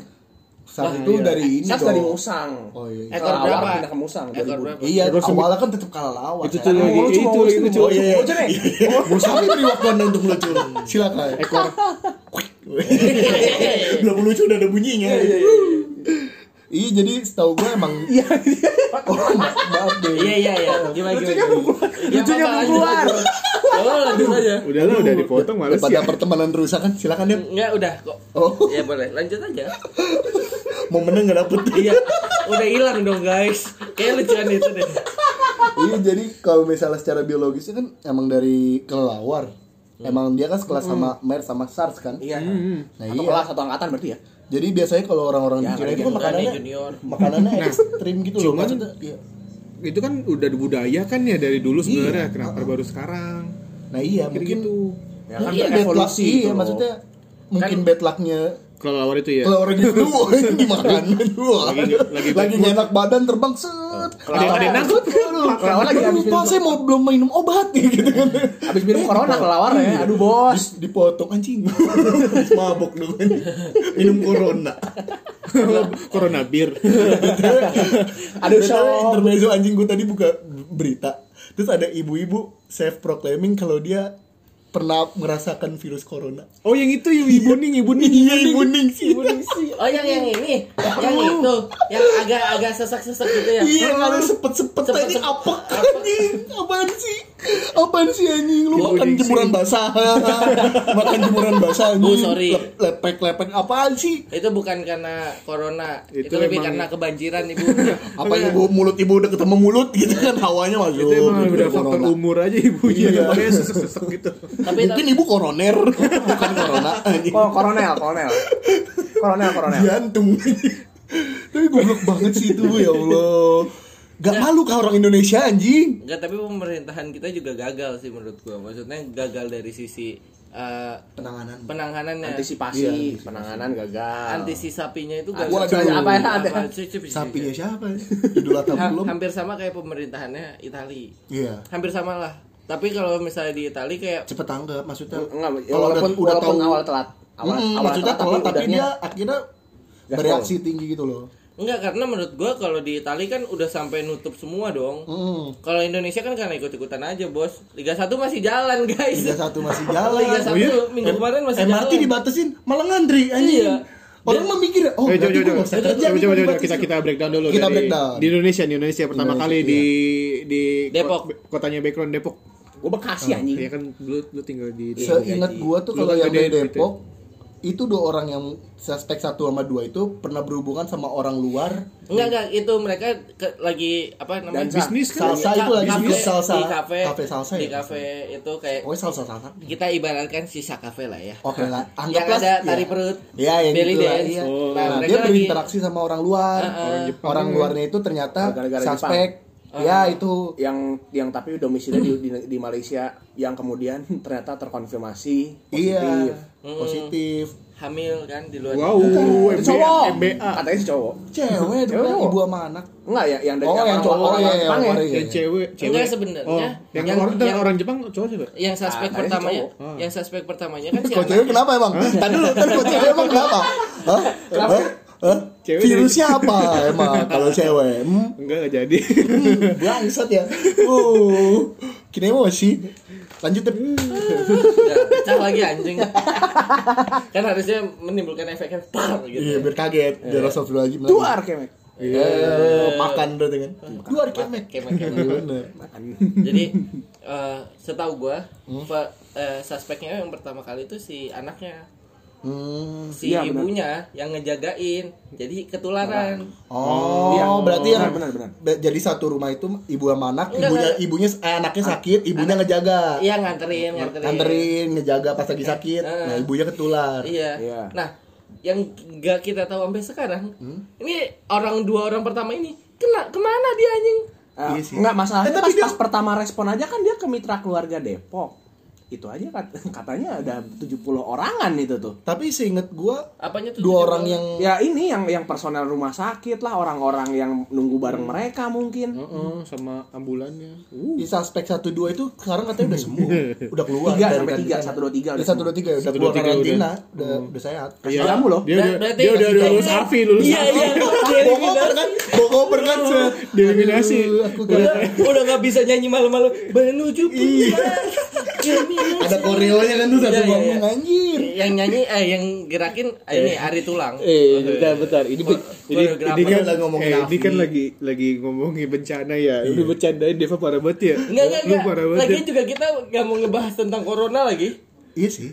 B: Saat itu
D: iya.
B: dari ini
C: SARS
B: dong.
C: dari musang.
B: Oh iya.
A: Ekor
C: Kelelawar
A: berapa?
C: pindah ke musang,
A: Ekor
C: 2000.
A: berapa?
B: Iya,
D: Terus
B: awalnya kan tetap kalah lawan.
D: Itu
B: ya.
D: tuh lagi
C: Oh, lucu,
D: itu
C: mau
D: lagi
C: lucu,
D: lucu.
C: mau
B: Oh iya.
C: Bocor nih.
B: Bos kami beri waktu Anda untuk lucu. Silakan. Ekor. Belum lucu udah ada bunyinya. Iya jadi setahu gue emang Iya Oh ma- maaf
A: Iya
B: deh
A: iya iya. Gimana
C: Lucunya
A: gimana? Ya,
C: mau keluar. Lucunya mau keluar.
A: Oh, lanjut aja.
D: Udah lah, udah dipotong males
B: Daripada
D: ya.
B: pertemanan rusak kan silakan deh
A: Enggak udah kok.
B: Oh.
A: Ya boleh, lanjut aja.
B: Mau menang gak dapet
A: Iya, udah hilang dong guys. Kayak lucuan itu deh.
B: Iya jadi kalau misalnya secara biologisnya kan Emang dari kelelawar Emang dia kan sekelas sama MERS sama SARS kan
C: Iya.
D: Hmm.
B: Nah
C: Satu
B: iya
C: kelas satu angkatan berarti ya.
B: Jadi biasanya kalau orang-orang di
C: Ya,
B: Cina itu kan
A: Bukan
B: makanannya
A: junior.
B: Makanannya ekstrim gitu loh
D: cuman-
B: maksudnya iya.
D: Itu kan udah budaya kan ya dari dulu sebenarnya. Kenapa baru sekarang?
B: Nah iya
D: Kayak
B: mungkin
D: gitu.
C: Ya kan
B: mungkin bad luck
C: berevolusi
B: iya
C: gitu loh.
B: maksudnya mungkin bad lucknya
D: kelelawar
C: Iya.
D: itu ya
B: Kalau orang gitu wah, ini dimakan. Wah.
D: Lagi- lagi-
B: Lagi nggak enak badan terbang set.
C: Kelelawar.
B: Ada yang nangkut. Kelelawar
C: lagi
B: lagi
C: habis
B: lupa
C: minum-
B: saya mau belum minum obat nih, gitu kan.
C: Habis minum corona
B: gitu.
C: kelelawar ya. Aduh bos.
B: Terus dipotong anjing. Mabok dong. Minum corona.
D: corona bir
B: Aduh,
C: Aduh shock.
B: intermezzo anjing gue tadi buka berita. Terus ada ibu-ibu self proclaiming kalau dia pernah merasakan virus corona.
D: oh yang itu yang ibu ning ibu ning
B: Iya, ibu ning sih.
A: Oh yang yang ini, yang itu, yang agak-agak sesak-sesak gitu ya.
B: Iya, yang ada sepet-sepet tadi
A: Sepet-sepet.
B: apa anjing? Apaan sih? Apaan sih anjing? Lu makan
D: diksi.
B: jemuran basah. makan jemuran basah anjing.
A: Oh, sorry.
B: Lep- Lepek-lepek apaan sih?
A: Itu bukan karena corona, itu,
D: Itu
A: lebih
D: emang-
A: karena
C: ya.
A: kebanjiran ibu.
B: Apa ibu mulut ibu udah ketemu mulut gitu kan hawanya masuk.
D: itu emang
B: gitu,
D: udah faktor
B: corona.
D: umur aja ibunya
B: Iya.
D: makanya sesek-sesek gitu
A: tapi
B: Mungkin ibu koroner, bukan corona anjing.
C: Ko- Koronel, koronel. Koronel, koronel.
B: Jantung. Tapi goblok banget sih itu ya Allah. Gak malu kah orang Indonesia anjing?
A: enggak tapi pemerintahan kita juga gagal sih menurut gua. Maksudnya gagal dari sisi eh,
B: Penanganan.
A: penanganannya.
B: Iya,
C: Antisipasi, penanganan gagal.
A: Antisi sapinya itu gagal.
C: Wah, ada- apa ya? Ada. ya,
A: Cip, cip, cip, cip.
B: Sapinya siapa? Idul Adha
A: Ha-
B: belum?
A: hampir sama kayak pemerintahannya Itali.
B: Iya.
A: Hampir sama lah. Tapi kalau misalnya di Itali kayak
B: Cepet tanggap maksudnya. kalau
C: Enggak, ya walaupun
B: udah, udah
C: walaupun
B: tahu
C: awal telat. Awal,
B: Mm-mm,
C: awal
B: maksudnya telat tapi
C: udahnya-
B: dia akhirnya
C: Gaspol.
B: bereaksi tinggi gitu loh.
A: enggak karena menurut gua kalau di Itali kan udah sampai nutup semua dong.
C: Hmm.
B: Mm.
A: Kalau Indonesia kan karena ikut-ikutan aja, Bos. Liga 1 masih jalan, guys.
B: Liga satu masih jalan.
A: Liga Iya. satu
B: Oh iya?
A: minggu kemarin masih
B: MRT
A: jalan.
B: dibatasin, malah ngantri anjing.
A: Iya.
B: Orang mah mikir, oh,
D: Eh,
B: berarti gua
D: coba, coba,
B: nggak usah
D: coba,
B: kerja
D: coba,
B: nih,
D: coba, coba,
B: dibatasin.
D: kita kita breakdown dulu
B: Kita
D: dari
B: breakdown.
D: di Indonesia, di Indonesia pertama
B: Indonesia, iya.
D: kali di di
A: Depok.
D: kot- kotanya background Depok.
C: Gue Bekasi anjing.
D: Iya kan lu lu tinggal di di-
B: Seingat
C: gaji.
B: gua tuh
D: Lu
B: kalau
D: kan
B: yang di
D: gedein gitu.
B: Depok itu dua orang yang suspek satu sama dua itu pernah berhubungan sama orang luar
A: Enggak, enggak, itu mereka ke- lagi apa namanya?
C: Dan
D: bisnis kan?
B: Salsa itu lagi
A: Kafe-
B: bisnis salsa.
A: di kafe,
B: Kafe salsa
A: di
B: ya?
A: kafe itu kayak
B: oh salsa salsa
A: kita ibaratkan sisa kafe lah ya.
B: oke lah
A: yang
B: anggaplah
A: ada
B: ya.
A: tari perut,
B: ya yang
A: belly
B: gitu lah,
A: dance. Ah,
B: iya.
A: Oh.
B: Nah,
A: Mereka
B: dia
A: lagi-
B: berinteraksi sama orang luar
D: Orang Jepang.
B: orang luarnya itu ternyata
C: Gara-gara
B: suspek
A: Ah.
B: ya itu
C: yang yang tapi domisili di, di, di Malaysia yang kemudian ternyata terkonfirmasi
B: iya
C: positif.
B: positif
A: Hamil kan di luar.
D: Wow,
C: Itu
D: MBA,
C: cowok.
D: MBA.
C: Katanya sih cowok.
B: cewek dong
C: Cewek.
B: yang ibu sama anak
C: Enggak ya yang dari
B: oh yang
C: orang-
B: cowok oh
C: orang
B: iya,
C: Jepang
B: iya,
C: ya.
B: iya,
D: Yang
B: iya.
D: cewek, cewek.
A: Enggak, sebenarnya.
D: Oh, yang,
A: Yang-
D: orang
A: yang-
D: orang Jepang cowok cewek.
B: Iya.
A: Yang suspek
C: Ah, tadi
A: pertamanya,
C: cowok.
A: yang suspek pertamanya kan si
B: Kok
A: anak.
B: cewek kenapa emang? Tadi dulu, tadi kok cewek emang kenapa? Hah? Hah? Hah?
D: Cewek
B: Virusnya apa emang kalau cewek? Hmm,
D: Enggak enggak jadi.
B: bangsat ya. Uh, kini emosi. Lanjut Tep.
A: Ya, pecah lagi anjing. kan harusnya menimbulkan efek yang pam gitu.
B: Iya, biar kaget. Biar rasa dulu lagi.
C: Duar kemek.
B: Iya, makan berarti kan. Duar kemek.
A: Kemek, kemek.
B: Iya, bener.
A: Jadi eh, setahu gua
B: Hmm.
A: pe- eh, suspeknya yang pertama kali itu si anaknya,
B: Hmm.
A: si
C: Iya, benar.
A: ibunya yang ngejagain. Jadi ketularan.
B: Oh,
C: Iya,
B: berarti yang
C: benar, benar,
B: be- jadi satu rumah itu ibu sama anak,
A: Enggak,
B: ibunya
A: enggak.
B: ibunya eh, anaknya sakit, ibunya ngejaga.
A: Iya nganterin, nganterin.
B: Nganterin, ngejaga pas lagi sakit.
A: Eh.
B: Nah, ibunya ketular.
A: Iya.
C: Iya.
A: Nah, yang gak kita tahu sampai sekarang,
B: Hmm?
A: ini orang dua orang pertama ini kena kemana dia anjing?
C: Eh,
B: Iya sih.
C: enggak
B: Eh,
C: masalahnya
B: tapi
C: pas,
B: dia-
C: pas pertama respon aja kan dia ke mitra keluarga Depok. Itu aja kat- katanya ada 70 orangan itu tuh.
B: Tapi seinget gua
A: Apanya tuh? tujuh
B: dua orang yang
C: Ya ini yang yang personel rumah sakit lah orang-orang yang nunggu bareng mereka mungkin.
D: Heeh, sama ambulannya.
B: di suspek satu dua itu sekarang katanya udah sembuh, udah keluar
C: Tiga
B: dari
C: sampai tiga,
B: karantina.
C: satu, dua, tiga udah
B: Ya, satu dua tiga udah
D: 1, 2,
B: keluar
D: 3 udah.
B: karantina, udah udah sehat.
C: Kasih jamu loh.
D: Dia
A: Ber-
D: udah
A: Nah, berarti-
D: dia udah udah lulus
A: Iya.
D: AFI, lulus
A: Iya
D: AFI.
A: iya. Dia
B: Bokoper kan, bokoper kan se.
D: Dieliminasi.
B: Aduh, Aku
A: udah
B: kira-
A: udah nggak bisa nyanyi malam-malam menuju puncak. Kami
B: Iya. ada koreonya kan tuh satu
A: Iya, iya,
B: ngomong
A: iya.
B: anjir.
A: yang nyanyi eh yang gerakin eh, ini Ari Tulang.
D: Eh, bentar, bentar. Ini, ini, ini
A: Koreografer.
D: kan
B: Lagi ngomongin
D: eh, ini
B: Afi.
D: kan lagi lagi ngomongin bencana ya. Lu bercandain Deva parah banget ya.
A: Enggak enggak
D: Lu
A: enggak.
D: parah banget.
A: Lagi
D: ya.
A: juga kita nggak mau ngebahas tentang corona lagi.
B: Iya sih.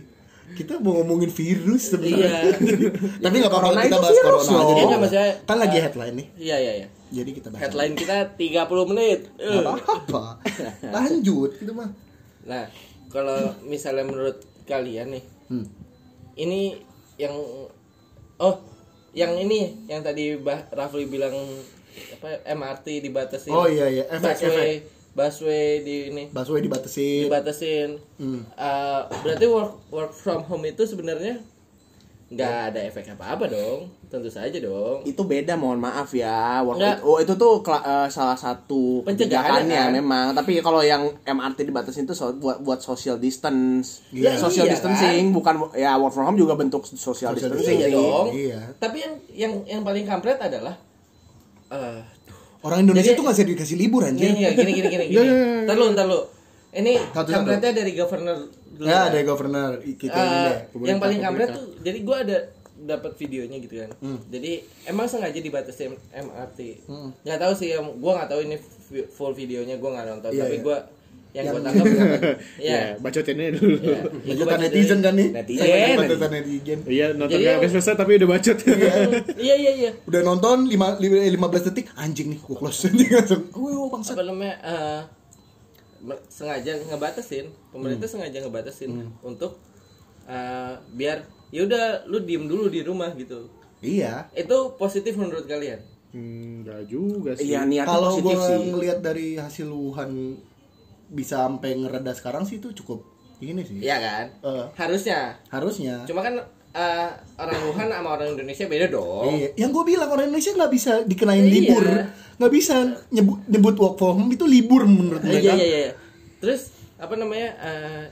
B: Kita mau ngomongin virus
A: Iya.
B: sebenarnya. Tapi nggak apa-apa
C: Corona
B: kita
C: itu
B: bahas
C: virus
B: corona aja.
C: loh.
B: deh.
A: Iya, maksudnya,
B: Kan lagi headline nih.
A: Iya iya iya.
B: Jadi kita bahas.
A: Headline kita 30 menit. Eh.
B: Nggak apa-apa. Lanjut gitu mah.
A: Nah, kalau misalnya menurut kalian nih,
B: Hmm.
A: ini yang oh yang ini yang tadi bah Rafli bilang apa MRT dibatasi
B: Oh, iya, iya. Efek,
A: busway busway di ini Ah,
B: Busway dibatasin. Hmm.
A: dibatasin Eh, berarti work work from home itu sebenarnya nggak ada efek apa-apa dong tentu saja dong
C: itu beda mohon maaf ya
A: Nggak.
C: waktu oh itu tuh kela- eh, salah satu
A: Pencegahannya
C: pencegahannya
A: kan?
C: memang tapi kalau yang MRT dibatasin itu so- buat buat social distance
A: Iya.
C: social
A: Iya,
C: distancing bukan ya work from home juga bentuk social,
B: Social
C: distancing
A: iya
B: Iya,
A: dong
B: iya.
A: tapi yang yang yang paling kampret adalah eh
B: Orang Indonesia
A: Jadi- Iya,
B: tuh nggak dikasih libur anjir.
A: gini gini gini gini
B: Iya,
A: gini ntar lu ntar lu ini
B: Satu, satu.
A: kampretnya dari governor dulu
B: Ya,
A: kan.
B: dari governor kita
A: Eh,
B: ini deh.
A: yang
D: Pemerintah,
A: paling kampret
D: pemerintah.
A: tuh jadi gua ada dapat videonya gitu kan
B: Hmm.
A: jadi emang sengaja dibatasi M- MRT nggak tahu sih yang gua nggak tahu ini vi- full videonya gua nggak nonton
B: Iya,
A: tapi
B: iya.
A: gua yang, gua
B: Yang-
A: tangkap ya
D: Ya, bacotinnya dulu.
A: ya, ya, gua
B: Lanjutan
A: baca dari-
B: netizen kan nih.
A: netizen.
B: Lanjutan netizen.
D: Iya, nonton
A: Jadi-
D: nggak sampai selesai tapi udah bacot.
A: iya iya iya
B: Udah nonton 5 15 detik anjing nih gua close anjing langsung. "Oh, Wih, bangsa.
A: apa namanya eh, me- sengaja ngebatasin pemerintah
B: Hmm.
A: sengaja ngebatasin untuk eh, biar yaudah lu diem dulu di rumah gitu
B: Iya.
A: itu positif menurut kalian
D: Hmm, nggak juga sih.
C: iya niatnya
B: Kalau
C: positif
B: gua
C: sih
B: ngelihat dari hasil Wuhan bisa sampai ngereda sekarang sih itu cukup ini sih.
A: Iya kan
B: Eh.
A: harusnya
B: Harusnya.
A: cuma kan eh, orang Wuhan sama orang Indonesia beda dong
B: Iya. Yang gue bilang orang Indonesia nggak bisa dikenain
A: Iya.
B: libur, nggak bisa nyebut nyebut work from home itu libur menurut
A: Eh, iya
B: mereka.
A: iya iya terus apa namanya eh,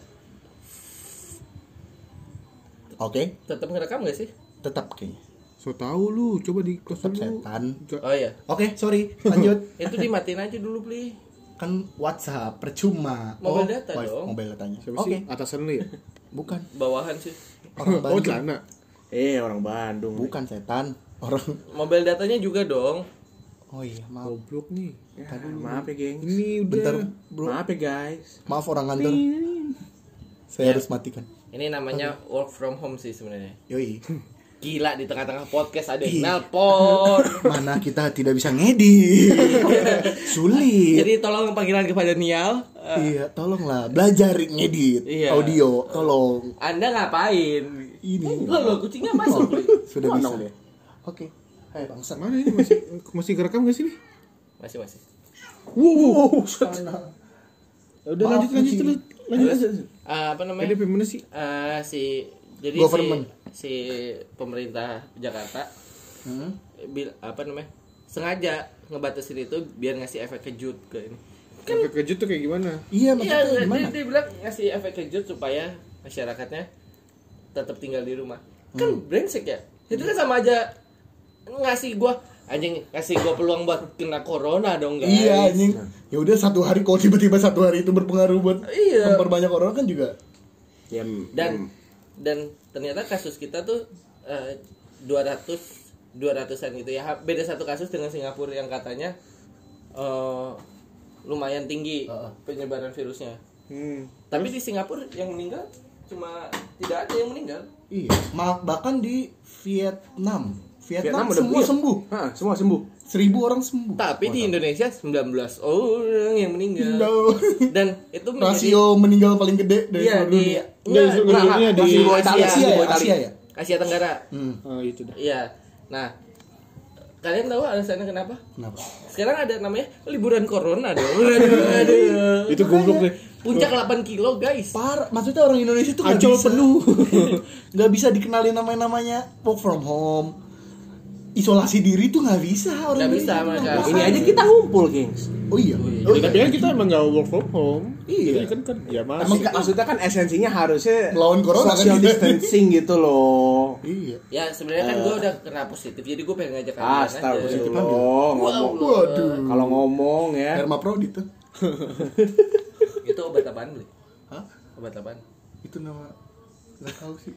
B: Oke,
A: tetap ngerekam gak sih
B: tetap kayaknya.
D: So tau lu, coba di close
B: Tetap
D: dulu.
B: setan.
D: Nggak-
A: oh iya
B: Oke, sorry. Lanjut.
A: itu dimatiin aja dulu beli
B: kan WhatsApp percuma.
A: Mobile data
B: wifi-
A: dong.
B: Mobile datanya.
D: Siapa
B: Oke,
D: sih? Atasan lu ya?
B: bukan.
A: bawahan sih
B: Orang
D: oh,
B: Bandung.
D: celana.
C: eh orang Bandung
B: bukan setan. Orang
A: mobile datanya juga dong
B: Oh iya, maaf.
D: Goblok nih.
C: Ya, maaf ya geng
D: Ini udah.
B: Bentar, Bro.
C: maaf ya guys
B: Maaf orang kantor. Saya harus matikan.
A: ini namanya work from home sih sebenarnya
B: Yoi.
A: Gila di tengah-tengah podcast ada yang
B: Iya.
A: nelpon.
B: Mana kita tidak bisa ngedit. Sulit.
A: Jadi tolong panggilan kepada Nial. eh,
B: iya, tolonglah belajar ngedit
A: Iya.
B: audio, tolong.
A: Anda ngapain? Eh,
B: Ini.
A: Lo lo kucingnya masuk. Li.
B: Sudah bisa.
C: Nonong dia.
B: Oke. Hai bangsa.
D: Mana ini masih masih kerekam gak sih nih?
A: Masih masih.
B: Wow, sana.
D: Ya Udah
B: Maaf,
D: lanjut lanjut
B: Ci.
D: lanjut lanjut aja.
A: Eh, apa
D: Ini
A: namanya?
D: gimana sih?
A: Eh, si jadi
B: Government.
A: si si pemerintah Jakarta
B: Hmm?
A: bil, apa namanya? sengaja ngebatasin itu biar ngasih efek kejut ke ini.
D: Efek kejut tuh kayak gimana?
B: Iya, maksudnya
A: Iya,
B: gimana?
A: dia, dia bilang ngasih efek kejut supaya masyarakatnya tetap tinggal di rumah. Kan
B: Hmm.
A: brengsek ya. Itu kan sama aja ngasih gua anjing ngasih gua peluang buat kena corona dong guys.
B: Iya anjing. Ya udah satu hari kalau tiba-tiba satu hari itu berpengaruh buat
A: Iya.
B: memperbanyak orang kan juga.
C: ya
B: Hmm.
A: Dan dan ternyata kasus kita tuh eh, 200 200-an gitu ya. Ha- Beda satu kasus dengan Singapura yang katanya eh, lumayan tinggi penyebaran virusnya.
D: Hmm.
A: Tapi di Singapura yang meninggal cuma tidak ada yang meninggal.
B: Iya. Ma- bahkan di Vietnam, Vietnam,
C: Vietnam udah
B: semua
C: sembuh
B: sembuh.
C: Hah, Ah, semua sembuh
B: Seribu orang sembuh.
A: Tapi di Indonesia 19 orang yang meninggal.
B: No.
A: Dan itu menjadi
B: Rasio meninggal paling gede dari
A: Iya,
B: seluruh
A: di
B: dunia.
A: enggak,
D: Di seluruh
A: enggak,
D: dunia,
A: enggak,
D: di-
A: Asia,
B: Asia ya,
A: Asia,
B: Asia ya.
A: Asia Tenggara.
B: Hmm.
D: Ah, itu dah.
A: Iya. Nah, kalian tahu alasannya kenapa?
B: Kenapa?
A: Sekarang ada namanya liburan corona dong. Aduh, aduh.
D: Itu goblok deh.
A: Puncak 8 kilo, guys.
B: Parah, maksudnya orang Indonesia tuh nggak
D: Ancol
B: bisa penuh, nggak bisa dikenalin namanya-namanya work from home, isolasi diri tuh nggak bisa orang
A: Nggak bisa,
B: Indonesia.
A: mereka.
C: ini aja kita ngumpul gengs
B: Oh iya,
D: Ya, tapi kan kita emang gak work from home.
B: Iya.
D: Jadi kan kan ya
C: Emang
D: masih.
C: nggak- maksudnya kan esensinya harusnya
B: Melawan corona kan
C: social
B: kita.
C: distancing gitu loh.
B: iya.
A: Ya, sebenarnya kan gua udah kena positif, jadi gua pengen ngajak
C: Ah,
A: kalian aja.
B: aja.
C: Astagfirullah, ngomong.
B: Waduh.
C: Kalau ngomong ya.
B: Hermaprodit tuh.
A: Itu obat apaan, Bli?
B: Hah?
A: Obat apaan?
B: Itu nama nggak tahu sih.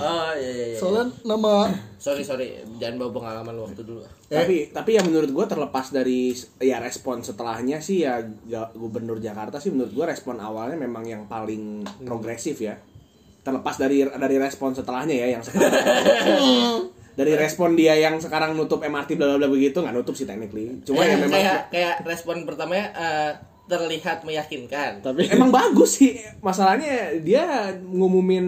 A: Oh, iya iya iya.
B: Soalnya nama
A: Sorry, sorry. Jangan bawa pengalaman waktu dulu.
C: Tapi tapi ya menurut gua terlepas dari ya respon setelahnya sih ya ga- Gubernur Jakarta sih menurut gua respon awalnya memang yang paling progresif ya. Terlepas dari dari respon setelahnya ya yang sekarang. dari respon dia yang sekarang nutup MRT bla bla bla begitu nggak nutup sih technically. Cuma
A: kayak,
C: ya memang
A: kayak kayak respon pertamanya eh, terlihat meyakinkan.
D: Tapi
C: emang bagus sih masalahnya dia ngumumin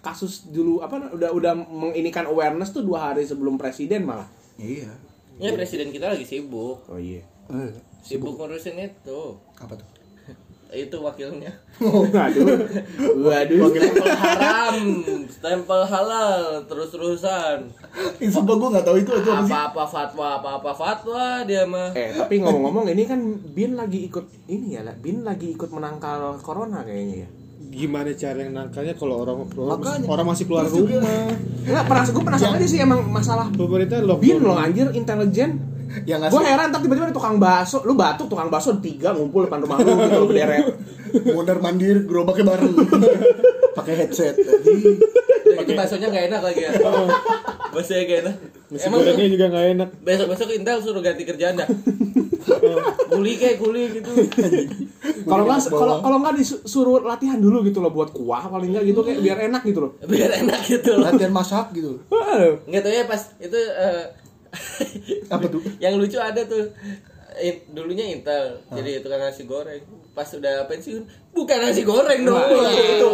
C: kasus dulu apa udah udah menginikan awareness tuh dua hari sebelum presiden malah
B: Iya.
A: Ya presiden kita lagi sibuk,
C: oh iya
B: Eh,
A: sibuk ngurusin itu.
B: apa tuh?
A: itu wakilnya
C: Waduh. Waduh.
A: stempel haram stempel halal terus terusan
B: Ih, sumpah gue gak tahu itu itu apa sih
A: apa apa fatwa apa apa fatwa dia mah
C: Eh, tapi ngomong-ngomong ini kan Bin lagi ikut ini ya, Bin lagi ikut menangkal corona kayaknya ya.
D: Gimana cara yang nangkalnya kalau orang orang,
B: Makanya.
D: orang masih keluar
B: Terus juga.
D: rumah?
C: Enggak, penas gue penasaran aja sih emang masalah
D: Pemerintah lockdown.
C: Bin loh anjir intelijen.
B: Ya nggak
C: Gue
B: sih.
C: heran ntar tiba-tiba ada tukang bakso, lu batuk tukang bakso tiga ngumpul depan rumah lu gitu lu berderet.
B: mondar mandir gerobaknya bareng pakai headset
A: itu baksonya nggak enak lagi ya baksonya nggak enak
D: Nasi
A: emang
D: gorengnya juga nggak enak.
A: besok besok Intel suruh ganti kerjaan dah kuli kayak kuli gitu
C: Kalau nggak kalau kalau nggak disuruh latihan dulu gitu loh buat kuah paling nggak gitu kayak biar enak gitu loh.
A: biar enak gitu loh
B: latihan masak gitu
A: nggak tahu ya pas itu eh,
B: apa tuh
A: yang lucu ada tuh eh, dulunya Intel jadi tukang nasi goreng pas udah pensiun bukan nasi goreng dong
C: Wah, iya. itu.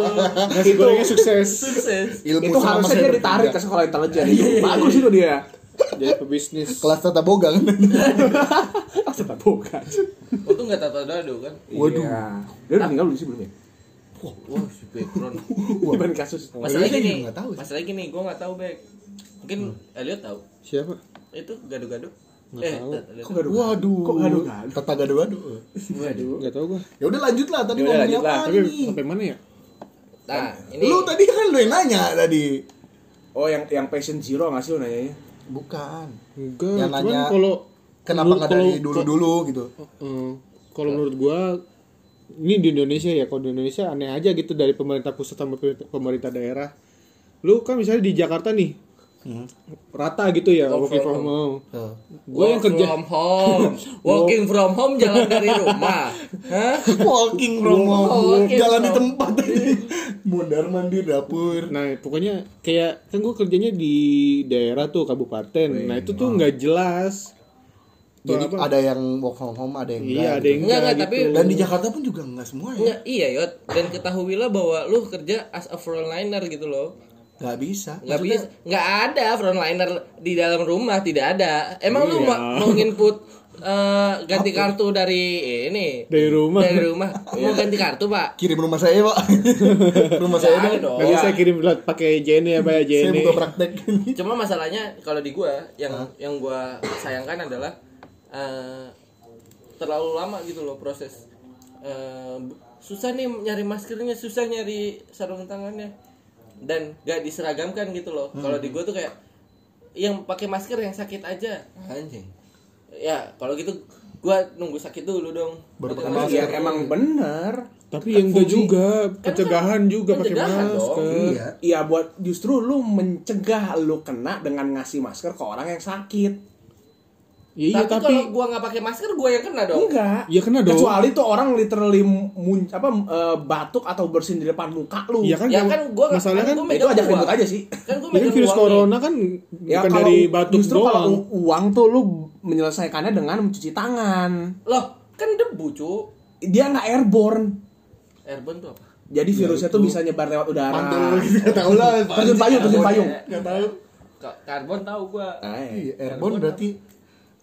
D: Nasi gorengnya sukses.
A: sukses
B: ilmu
C: itu
B: selama saya Iya,
C: harusnya dia ditarik ke
B: berpindah.
C: sekolah intelijen itu bagus itu dia
D: Jadi pebisnis.
B: kelas tata boga kan
C: Serta bukan
A: untung nggak tata dado kan
B: Waduh.
C: Iya. dia udah tinggal lu sih belum ya
A: wah si background
C: Dibanding kasus
A: masalah
B: iya,
A: gini
B: juga nggak tahu sih.
A: masalah gini gue nggak tahu back mungkin Elliot tahu
D: Siapa?
A: itu gado-gado
D: Nggak
A: eh
D: tahu.
A: Elliot
C: Kok gaduh?
B: waduh
C: Kok gaduh-gaduh?
B: tata gado gado
A: waduh
D: Gak tau gua.
B: ya udah lanjut lah tadi
C: Ya udah,
B: ngomongnya
C: lanjut lah.
B: apa
D: Tapi
B: nih
D: sampai mana ya?
A: nah ini
B: lu tadi kan lu yang nanya tadi
C: Oh yang yang passion zero nggak sih ya? lo nanyanya?
B: bukan
D: Enggak.
B: Yang
D: Cuman
B: nanya-
D: kalau
B: kenapa
D: menurut-
B: nggak dari
D: kalau-
B: dulu dulu gitu
D: Eh, kalau menurut gua ini di Indonesia ya kalau di Indonesia aneh aja gitu dari pemerintah pusat sampai pemerintah- pemerintah daerah lu kan misalnya di Jakarta nih rata gitu ya
A: Work
D: working
A: from
D: from home
B: Tuh.
D: gue yang kerja
A: from home working from home jalan dari rumah Hah?
B: Walking from home,
A: Walking
B: jalan di
A: from-
B: tempat tadi. Mundar mandir dapur.
D: nah pokoknya kayak kan gue kerjanya di daerah tuh kabupaten nah itu tuh nggak jelas Tuh
B: Jadi
D: apa?
B: ada yang walk from home, ada yang enggak.
D: iya ada yang
A: Enggak,
D: enggak
A: enggak,
D: gitu
A: tapi-
B: Dan di Jakarta pun juga enggak semua ya.
A: Nggak, iya yot dan ketahuilah bahwa lu kerja as a frontliner gitu loh
B: Enggak bisa.
A: nggak
B: Maksudnya,
A: bisa nggak ada frontliner di dalam rumah tidak ada emang lu
D: Iya.
A: mau, mau input eh, ganti kartu dari ini
D: dari rumah Iya.
A: dari rumah mau ganti kartu pak
B: Kirim rumah saya, Pak. rumah saya
A: Nggak ada
B: dong.
D: nggak
A: Iya.
D: bisa kirim lewat pakai JNE ya bayar
B: Saya
D: JNE
B: buka praktek.
A: cuma masalahnya kalau di gua yang yang gua sayangkan adalah eh, terlalu lama gitu loh proses Eh, bu- susah nih nyari maskernya susah nyari sarung tangannya dan gak diseragamkan gitu loh kalau di gua tuh kayak yang pakai masker yang sakit aja
B: Anjing.
A: ya kalau gitu gua nunggu sakit dulu dong
B: Baru pakai
A: Ngerti nggak sih?
C: Iya emang bener.
D: Oh, tapi yang enggak juga pencegahan juga pakai
A: pencegahan dong.
D: masker
B: Iya.
C: Iya buat justru lu mencegah lu kena dengan ngasih masker ke orang yang sakit.
A: tapi,
D: iya tapi
A: kalau gua nggak pakai masker gua yang kena dong
C: Enggak.
D: Iya, kena dong.
C: Kecuali tuh orang literally mun, apa eh, batuk atau bersin di depan muka lu.
D: Iya kan,
A: ya
D: gua-
A: kan gua nggak-
D: masalahnya kan
A: gua
C: itu
A: megang
C: ajak ribut
A: uang.
C: aja sih.
A: kan gua
D: Ya kan
A: megang
D: virus
A: uang nih.
D: corona kan bukan
C: Ya, kalau
D: dari
C: u-
D: batuk
C: justru kalau
D: doang.
C: u- uang tuh lu menyelesaikannya dengan mencuci tangan.
A: loh kan debu cu
C: Dia nggak airborne.
A: airborne tuh apa
C: Jadi
D: Iya,
C: virusnya tuh bisa nyebar lewat udara.
B: Mantul. Enggak tahu lah. Pak.
C: Terjun payung, terjun payung.
B: Nggak tahu.
A: Ka- karbon tahu gua
B: Iya,
C: Eh.
B: airborne berarti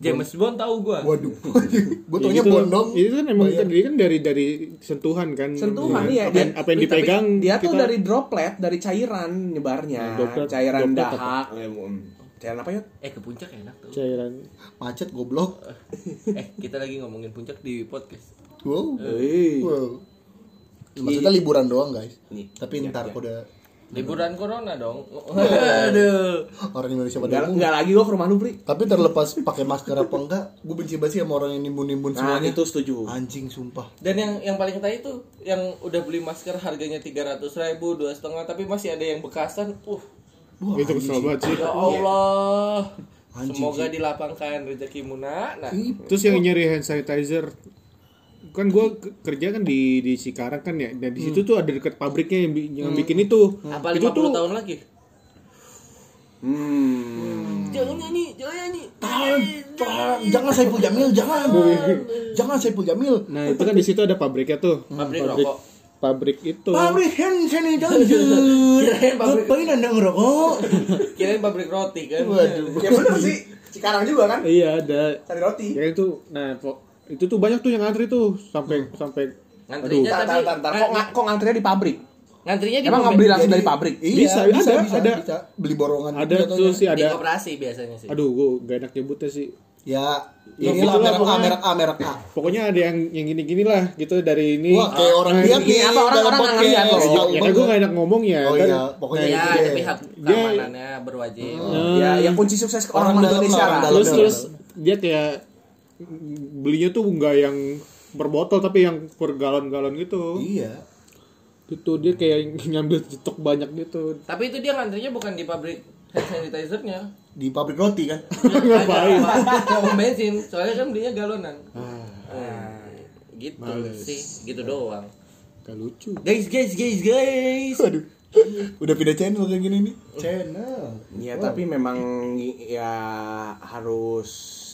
A: James Bond tahu gua
B: waduh. Gua
D: Ya
B: taunya
D: gitu.
B: bondong.
D: Itu kan emang
B: Bayar.
D: terdiri kan dari dari sentuhan kan.
C: Sentuhan
D: Iya.
C: iya.
D: Apa, yang- apa yang
C: Tapi
D: dipegang
C: dia tuh
D: kita-
C: dari droplet, dari cairan nyebarnya.
D: Nah, droplet-
C: cairan
D: droplet
C: dahak. Eh, mm. Cairan apa ya?
A: eh ke puncak enak tuh
D: cairan.
B: Macet goblok.
A: eh kita lagi ngomongin puncak di podcast
B: Wow.
C: Eh. Iya.
B: Wow. Maksudnya liburan doang, guys.
C: Nih. Iya,
B: Tapi ntar kuda
A: liburan corona dong aduh
B: orang Indonesia
C: Enggak
B: pada umum.
C: enggak lagi gua ke rumah lu, Pri.
B: Tapi terlepas pakai masker apa enggak, gue benci banget sih sama orang yang nimbun-nimbun
C: Nah,
B: semuanya.
C: itu setuju.
B: Anjing sumpah.
A: dan yang yang paling tai itu yang udah beli masker harganya tiga ratus ribu dua setengah tapi masih ada yang bekasan uh
B: Wah,
D: Itu kesel
B: anjing
D: banget sih.
A: ya Allah
B: Iya. Anjing,
A: semoga dilapangkan rezekimu nak nah
B: sih. Ih,
D: Terus yang nyari hand sanitizer kan gua ke- kerja kan di di Cikarang kan ya. Dan di situ tuh ada dekat pabriknya yang, bi- yang bikin itu.
A: Hmm. apa
D: Itu
A: lima
D: tuh
A: puluh tahun lagi
C: Hmm.
A: jangan nyanyi jangan nyanyi
B: Tahan, tahan. Jangan saya Jamil, jangan. jangan saya Jamil.
D: Nah, itu kan di situ ada pabriknya tuh.
A: Pabrik rokok.
D: Pabrik itu.
B: Pabrik hand sanitizer.
C: Iya,
B: Ngapain anda ngerokok?
A: kirain pabrik roti kan
B: Waduh.
C: Ya bener sih. Sekarang juga kan
D: Iya, ada
C: cari roti.
D: ya itu nah po- itu tuh banyak tuh yang antri tuh sampai sampai
A: Ngantrinya
C: Ntar,
A: tapi
C: ntar, ntar.
A: nga-
C: Kok, nga- kok ngantrinya di pabrik?
A: ngantrinya di
C: Emang
A: mobil-
C: nggak beli langsung dari
B: Jadi-
C: pabrik? Iya,
D: Bisa, ada, ada.
B: beli borongan
D: ada
B: gitu
D: tuh
B: jatuhnya.
D: sih
A: di
D: ada
A: koperasi biasanya sih.
D: aduh gua gak enak nyebutnya sih
B: ya
D: Ya,
B: inilah
D: gitulah
B: merek A
D: pokoknya.
B: merek A merek A
D: pokoknya ada yang yang gini gini lah gitu dari ini
B: wah kayak orang
D: Ah,
B: lihat
D: ini.
B: nih
C: apa, orang-orang
B: dalam
C: nggak ngeliat
B: podcast.
C: loh.
B: Jauh
D: ya kan gue
B: banget.
D: gak enak ngomong ya
B: iya. oh
D: kan?
B: iya pokoknya
A: Ya,
B: itu
A: ada
B: deh.
A: pihak
D: Dia-
A: keamanannya berwajib.
C: Ya, ya kunci sukses ke orang,
B: Orang dalam,
C: Indonesia
B: orang
C: lah.
B: dalam.
D: terus
B: Ada.
D: terus dia kayak belinya tuh nggak yang berbotol tapi yang per galon-galon gitu
B: iya
D: gitu dia kayak ngambil cetok banyak gitu
A: Tapi itu dia ngantrinya bukan di pabrik hand sanitizer-nya.
B: di pabrik roti kan
D: Nah, ngapain
A: Ada pom bensin, soalnya kan belinya galonan. Nah, gitu sih, gitu doang.
D: gak lucu
A: Guys, guys, guys, guys.
B: aduh udah pindah channel kayak gini nih channel
C: Ya, tapi memang ya harus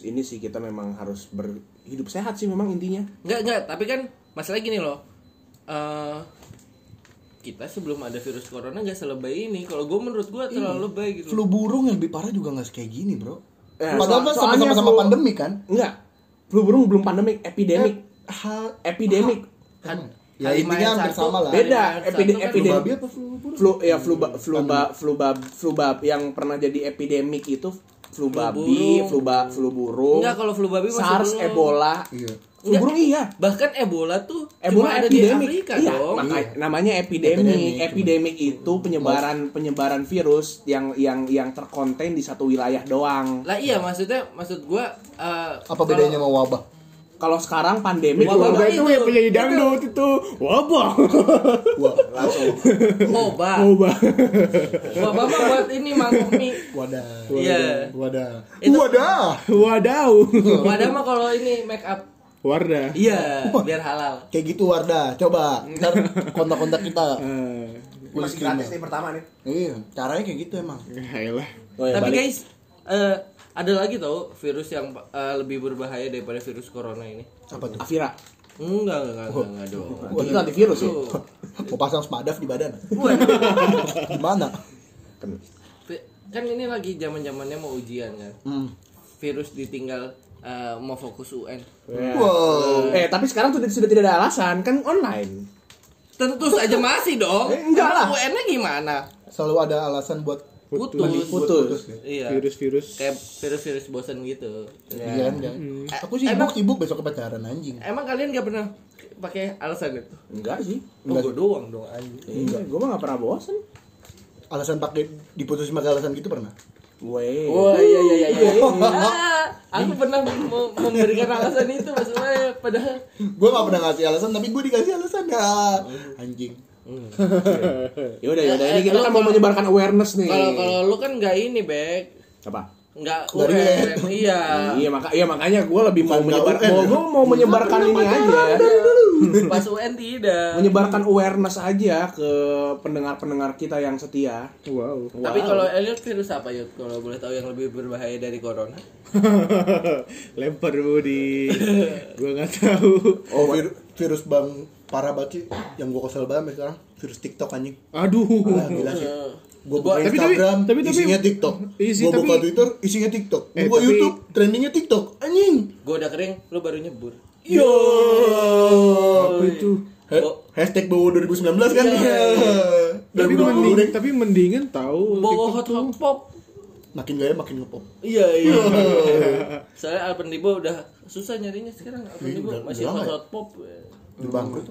C: ini sih kita memang harus berhidup sehat sih memang intinya.
A: Enggak, enggak, tapi kan masalah gini loh. Eh kita sebelum ada virus corona nggak selebay ini. Kalau gue menurut gue terlalu lebay gitu.
B: flu burung yang lebih parah juga nggak kayak gini bro
C: Eh,
B: padahal
C: so-
B: kan
C: soalnya
B: sama-sama sama
C: flu-
B: pandemi kan Eh,
C: Enggak. Flu burung belum pandemik, epidemik.
B: Ha-
C: Epidemik.
A: Kan
B: ya
A: H5N1
B: intinya hampir sama lah
C: Beda,
A: H5N1
C: epide-
A: kan
C: epidemi.
B: babi apa flu burung
C: Flu ya flu ba, flu ba, flu ba, flu ba- yang pernah jadi epidemik itu flu babi,
A: burung.
C: flu ba, flu burung.
A: Enggak, kalau flu babi masih
C: SARS,
A: belum.
C: Ebola.
B: iya
C: Flu burung iya.
A: bahkan Ebola tuh cuma
C: Ebola
A: ada di
C: epidemik.
A: Afrika
C: iya,
A: dong.
C: makanya namanya epidemik.
B: Epidemik.
C: Epidemik itu penyebaran penyebaran virus yang yang yang terkonten di satu wilayah doang.
A: Lah iya maksudnya maksud gue eh,
B: apa
A: kalau-
B: bedanya sama wabah
C: Kalau sekarang pandemi
A: Wabah
D: Wabah
A: itu.
D: itu yang penyanyi dangdut itu wabah
B: wah langsung
A: Wabah.
D: wabah
A: Wabah mah buat ini mangkok mie.
B: wadah
A: Iya.
B: wadah
A: Itu-
B: wadah
D: wadaw
A: Wadah mah kalau ini make up.
D: wardah
A: Iya, biar halal.
B: kayak gitu Wardah coba ntar kontak-kontak kita
C: Hmm.
D: Eh,
B: Kulis krimnya.
C: pertama nih.
B: iya caranya kayak gitu emang
D: ya elah.
A: Tapi guys, eh, ada lagi tau virus yang eh, lebih berbahaya daripada virus corona ini?
B: apa tuh
C: Avira.
A: Enggak, enggak, enggak, enggak dong.
C: Ah, Itu antivirus ya.
A: Tuh.
B: Iya. mau pasang spadaf di badan
A: Waduh.
B: gimana
A: Vi- Kan ini lagi zaman-zamannya mau ujian kan.
B: hmm.
A: Virus ditinggal eh, mau fokus UN.
B: wow
C: Eh, tapi sekarang sudah sudah tidak ada alasan, kan online.
A: Tentu saja masih dong.
C: Eh, enggak lah.
A: UN-nya gimana?
B: selalu ada alasan buat
A: Putus.
C: Putus. ya.
D: Ya.
A: Iya.
D: virus-virus
A: Kayak virus-virus bosan gitu.
B: Iya, enggak.
C: Hmm.
B: Aku
C: Eh,
B: sibuk-sibuk besok ke pacaran anjing.
A: Emang kalian gak pernah pakai alasan itu?
C: Enggak sih.
A: Oh, gue doang dong anjing.
C: Enggak, gue mah gak pernah bosen.
B: Alasan pakai diputus pakai alasan gitu pernah?
C: Weh.
A: Oh iya iya iya. iya. Ah, aku pernah mem- memberikan alasan itu maksudnya padahal
B: Gue gak pernah ngasih alasan, tapi gue dikasih alasan ya. Anjing.
C: Yaudah, yaudah. Ini
A: Eh,
C: kita
A: lu
C: kan mau
A: kalau-
C: menyebarkan awareness nih.
A: kalau kalau lu kan nggak ini bek
C: Apa?
A: nggak UN
B: Nggak relate.
A: iya
C: Iya, maka, iya makanya gue lebih mau
B: Bukan
C: menyebar,
B: gak
C: mau,
B: UN.
C: gua mau menyebarkan ini aja,
A: pas UN tidak
C: menyebarkan awareness aja ke pendengar-pendengar kita yang setia.
D: wow
A: tapi kalau Elliot virus apa yud kalau boleh tahu yang lebih berbahaya dari corona
D: lempar budi gua nggak tahu
B: Oh, vir- virus bang parah banget sih yang gue kesel banget sampai sekarang virus TikTok anjing.
D: aduh
B: Wah, gila sih. Gue buka
D: Tapi- tapi-
B: Instagram,
D: tapi- tapi-
B: isinya TikTok.
D: Isi,
B: gue buka
D: tapi-
B: Twitter, isinya TikTok. Gue
D: Eh,
B: buka
D: tapi-
B: YouTube, trendingnya TikTok. Anjing.
A: gue udah kering lu baru nyebur
B: Yo. Apa itu?
A: Bo-
B: Hashtag Bowo 2019 kan?
A: Iya.
D: tapi
B: 2020
D: mending
B: deh.
D: tapi mendingan tahu
A: bawa
D: TikTok
A: hot
D: tuh.
A: hot pop
B: Makin gaya makin ngepop.
A: iya iya soalnya Alpendibo udah susah nyarinya sekarang Alpendibo
B: udah-
A: masih
B: udah lama
A: hot
B: ya?
A: hot pop
B: Udah
D: Hmm.
B: bangkrut.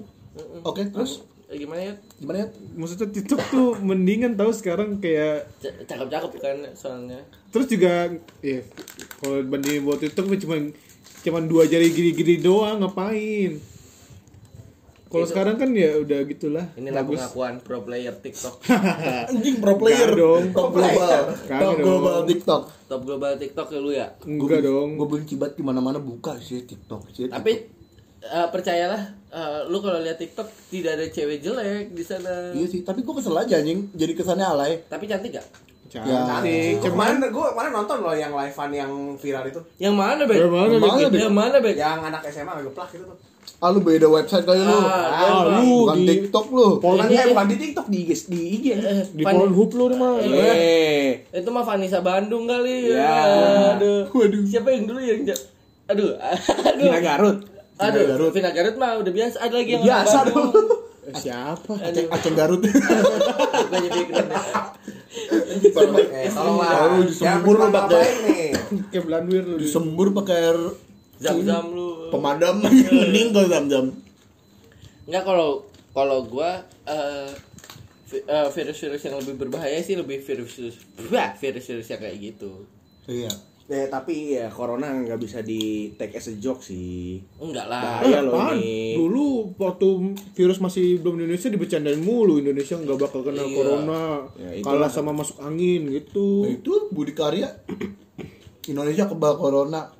B: Oke, terus
A: Eh, gimana ya
B: gimana ya?
D: maksudnya TikTok tuh mendingan tahu sekarang kayak
A: cakep cakep kan soalnya
D: terus juga ya kalau bandingin buat TikTok mah cuman cuman dua jari gini-gini doang ngapain kalau sekarang kan ya udah gitulah
A: Inilah pengakuan pro player TikTok.
B: Anjing pro player
D: Kagak dong.
B: Top global.
D: Kagak
B: Top
D: dong.
B: global TikTok.
A: Top global TikTok ya lu ya.
D: enggak dong
B: Gue beli cibat di mana-mana buka sih TikTok sih.
A: Tapi eh, percayalah eh, lu kalau lihat TikTok tidak ada cewek jelek di sana.
B: Iya sih, tapi gue kesel aja anjing. Jadi kesannya alay.
A: Tapi cantik gak?
D: cantik cuman
C: Cuman gue Nah, iya. kemarin nonton loh yang live-an yang viral itu.
A: Yang mana, Bek?
D: Yang mana,
B: Bek?
A: Yang mana, Bek?
C: Yang anak SMA ngeplak gitu tuh.
B: Ah lu beda website kali lu.
A: Ah,
D: ah, lu
B: Bukan
D: di
B: TikTok lu.
A: Iya,
C: Bukan,
A: iya.
C: eh, bukan di TikTok, di IG. Di ya? IG aja.
A: Eh,
D: di
A: Van-
D: Pornhub lu nih mah
C: Eh,
A: Itu mah Vanessa Bandung kali.
C: Ya.
A: Aduh. Siapa yang dulu yang ja- Aduh. aduh.
C: Gina Garut.
A: Aduh,
B: Vina Garut.
A: Vina Garut mah udah biasa. Ada lagi yang
B: Biasa
A: Bandung.
D: Eh, Siapa?
B: Aceh, Aceh Garut.
A: Gua jadi keren ya.
C: Eh, tolong lah.
B: Tahu, disembur lu, Bak, deh.
C: nih.
D: Kayak Belanwir lu. di-
B: Disembur pakai air
A: Zam-zam lu.
B: pemadam meninggal jam-jam.
A: Enggak kalau kalau gua eh, vi- eh, virus-virus yang lebih berbahaya sih lebih virus-virus Wah, virus-virus yang kayak gitu.
B: Iya.
C: Eh, tapi ya corona nggak bisa di take as a joke sih.
A: Enggak lah.
C: Bahaya loh
D: Eh, Apaan?
C: ini.
D: Dulu waktu virus masih belum di Indonesia dibecandain mulu Indonesia nggak bakal kena
A: Iya.
D: corona
C: Ya, itulah.
D: kalah sama masuk angin
B: Nah,
D: gitu
B: itu Budi Karya Indonesia kebal corona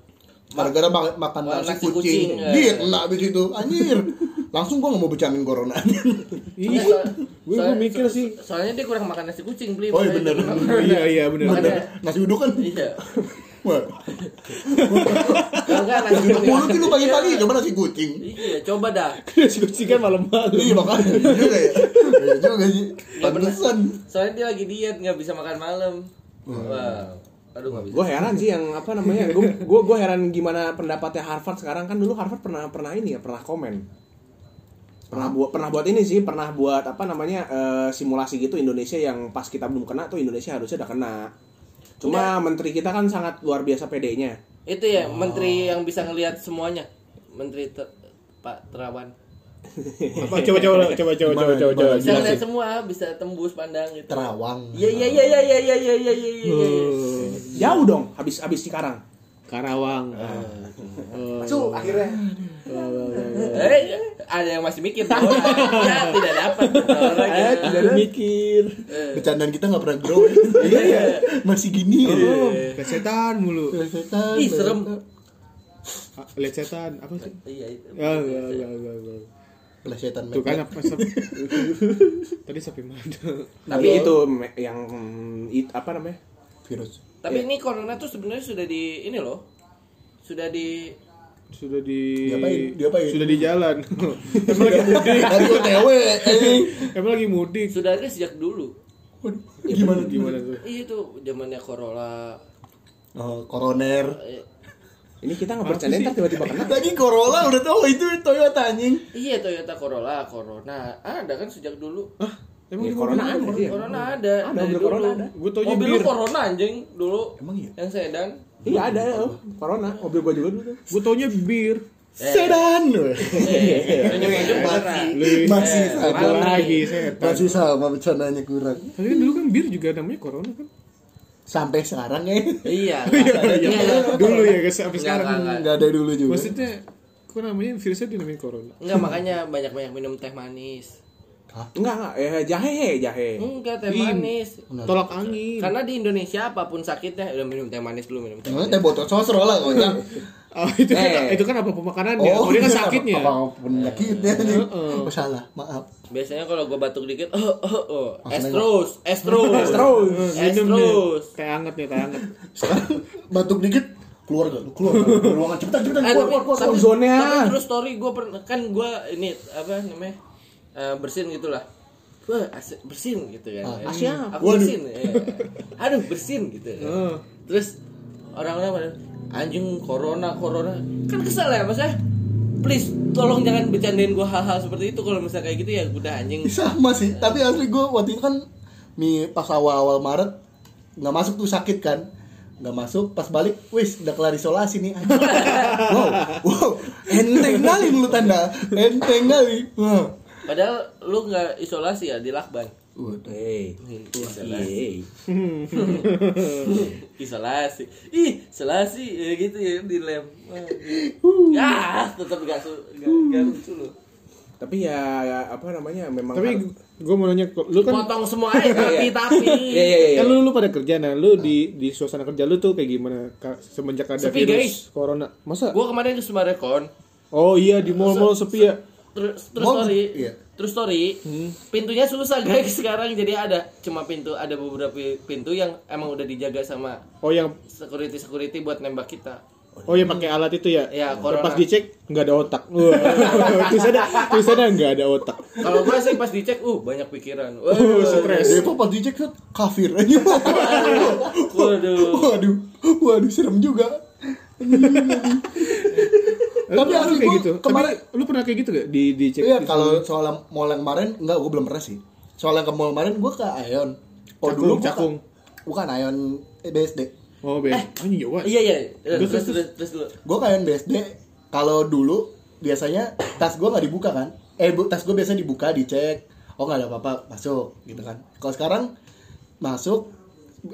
B: gara-gara ma- makan
A: Wah,
B: nasi,
A: nasi
B: kucing,
A: kucing, eh.
B: dia kena abis itu anjir langsung gua nggak mau bercandain corona
A: Iya,
D: iya
A: soal-
D: gue
A: soal-
D: mikir
A: so-
D: sih
A: Soalnya dia kurang makan nasi kucing, beli.
B: Oh, iya,
A: makanya dia
B: bener.
A: kurang makan.
D: iya iya benar
A: Makanya-
B: nasi uduk kan
A: Iya.
B: wah
A: Kalau nggak, nasi
B: nasi
A: kucing.
B: mulut lu pagi-pagi coba nasi kucing
A: Iya, coba dah.
D: nasi kucing kan malam-malam
B: iya makanya iya juga ya iya juga sih pantesan
A: Soalnya dia lagi diet, nggak bisa makan malam. Wah. Aduh, nggak bisa.
C: Gue heran sih yang apa namanya. Gue gue gue heran gimana pendapatnya Harvard sekarang kan dulu Harvard pernah pernah ini ya pernah komen. Pernah buat pernah buat ini sih, pernah buat apa namanya eh, simulasi gitu Indonesia yang pas kita belum kena tuh Indonesia harusnya udah kena. Cuma menteri kita kan sangat luar biasa PD-nya.
A: Itu ya, menteri yang bisa ngelihat semuanya. Menteri Ter- Pak Terawan.
D: Apa, coba coba coba coba coba coba coba
A: Bisa
D: jelasin.
A: ngelihat semua, bisa tembus pandang gitu.
B: terawang
A: Iya iya iya iya iya iya iya iya iya.
D: Eh,
C: Jauh dong habis habis Cikarang.
D: Karawang
C: Masuk akhirnya.
A: Eh, ada yang masih mikir. dua orang. ya, tidak dapat. dua orang ya.
D: aku mikir
B: bercandaan kita nggak pernah grow ya. masih gini ya
D: Iya. lihat setan Oh, mulu
B: Setan,
A: Ih, serem.
D: Ah, lihat setan apa sih
A: Iya, itu.
D: ya ya ya ya ya.
B: Plesetan
D: tuh kan
B: medan.
D: apa sep- tadi sapi mana
C: Tapi itu me- yang it- apa namanya?
B: virus
A: Tapi ini corona tuh sebenarnya sudah di ini loh. Sudah di
D: sudah di
B: Diapain? Diapain?
D: sudah di jalan emang lagi mudik
B: Tadi OTW, eh.
D: emang lagi mudik
A: sudah ada sejak dulu.
B: Waduh, gimana
D: gimana tuh
A: Iya itu zamannya corona.
B: Oh, koroner.
A: Eh,
C: Ini kita nggak bercanda ntar tiba-tiba kena.
B: Lagi Corolla udah tahu itu Toyota anjing.
A: iya Toyota Corolla, Corona. Ada kan sejak dulu.
D: ah emang
C: Ya,
D: di
C: corona
D: mobil?
C: ada sih. ya.
A: Corona iya. ada.
C: Ada,
A: dari
C: mobil
A: dulu.
C: Corona ada.
D: Gua taunya
A: Mobil lu
D: bir.
A: Corona anjing dulu.
B: Emang iya?
A: Yang sedan.
C: Iya ada oh, corona. Mobil gua juga dulu tuh.
D: gue taunya bir
B: Sedan.
A: Tunjuk-tunjuk Corona.
D: Li-
B: Masih
A: Eh,
B: sama.
D: ada lagi setan
B: Masih sama bercandanya kurang.
D: tapi kan dulu kan bir juga namanya corona kan
B: Sampai sekarang ya.
A: Iya. nggak ada.
D: dulu ya guys sampai
A: Nggak,
D: sekarang
A: nggak,
B: Enggak ada dulu juga.
D: maksudnya kok namanya virusnya dinamain corona
A: Enggak makanya banyak-banyak minum teh manis.
C: Enggak enggak eh jahe he, jahe.
D: Hmm.
A: Enggak teh
D: Ih.
A: manis.
D: tolak angin
A: Karena di Indonesia apapun sakitnya udah minum teh manis dulu minum teh.
B: Namanya teh botol sosro lah kau yang.
D: Ah, itu kan
C: Eh.
D: itu kan apa pemakanannya oh, dia kan sakitnya
B: iya, Apa penyakitnya anjing. Oh, salah, maaf.
A: Biasanya kalau gue batuk dikit, oh oh oh, es
B: Langsung
A: terus, es terus, es terus, es
D: Eh, Minum nih.
A: terus.
D: teh anget nih teh anget
B: Sekarang batuk dikit keluar gak? Keluar. keluar. Dari Ruangan cepetan
A: Eh,
B: cepetan keluar
A: tapi,
B: keluar keluar.
A: tapi,
C: zone-nya.
A: tapi terus story gue pernah kan gue ini apa namanya eh, bersin gitulah. Wah, as- bersin gitu kan. Eh,
B: Ah, siap.
A: Aku
B: Waduh.
A: bersin. ya. Aduh, bersin gitu. ya.
D: Oh.
A: Terus orang-orang pada anjing corona corona kan kesel ya mas ya please tolong jangan bercandain gue hal-hal seperti itu kalau misalnya kayak gitu ya udah anjing
B: sama sih tapi asli gue waktu itu kan mi pas awal awal Maret nggak masuk tuh sakit kan nggak masuk pas balik wis udah kelar isolasi nih anjing. wow wow enteng kali lu tanda enteng kali Wah.
A: padahal lu nggak isolasi ya di lakban
C: Hey. iya.
A: Isolasi. Isolasi. Ih, isolasi ya gitu ya di lem. Ya, tetap gak su gak, gak lucu lu.
C: Tapi ya, ya, apa namanya memang
D: tapi
C: har-
D: gue mau nanya lu kan
A: Potong semua aja tapi tapi.
C: Iya iya iya.
D: Kan lu, lu pada kerja
B: Ah.
D: nah, lu di di suasana kerja lu tuh kayak gimana Ka- semenjak ada
A: Sepi,
D: virus
A: guys.
D: corona? Masa?
A: Gua kemarin ke Sumarekon.
D: Oh iya di mall-mall sepi ya.
A: Terus terus
B: Mau-
A: story.
B: iya.
A: Terus story. Pintunya susah guys sekarang jadi ada cuma pintu ada beberapa pintu yang emang udah dijaga sama
D: Oh yang
A: security security buat nembak kita.
D: oh yang pakai alat itu ya?
A: Iya, corona.
D: Pas dicek nggak ada otak. Wah, tulisannya tulisannya nggak ada otak.
A: Kalau gua sih pas dicek, uh banyak pikiran. Wah,
D: Oh, stres.
B: Depo Iya, pas dicek tuh kafir waduh waduh waduh serem juga Tapi
D: lu, lu
B: asli
D: kayak
B: gua
D: gitu.
B: kemarin
D: Tapi lu pernah kayak gitu gak di dicek?
B: Iya
D: di-
B: kalau soal yang mall yang kemarin enggak gue belum pernah sih. Soal yang ke mall kemarin gue ke Aeon. Oh
D: Cakung,
B: dulu gua ke-
D: Cakung.
B: bukan Aeon eh, BSD.
D: Oh, ben. Anjing jawa.
A: Iya iya. Eh, Terus
D: Terus, terus.
A: terus terus dulu.
B: Gue ke Aeon BSD. Kalau dulu biasanya tas gue nggak dibuka kan? Eh bu, tas gue biasanya dibuka dicek. Oh nggak ada apa-apa masuk gitu kan. Kalau sekarang masuk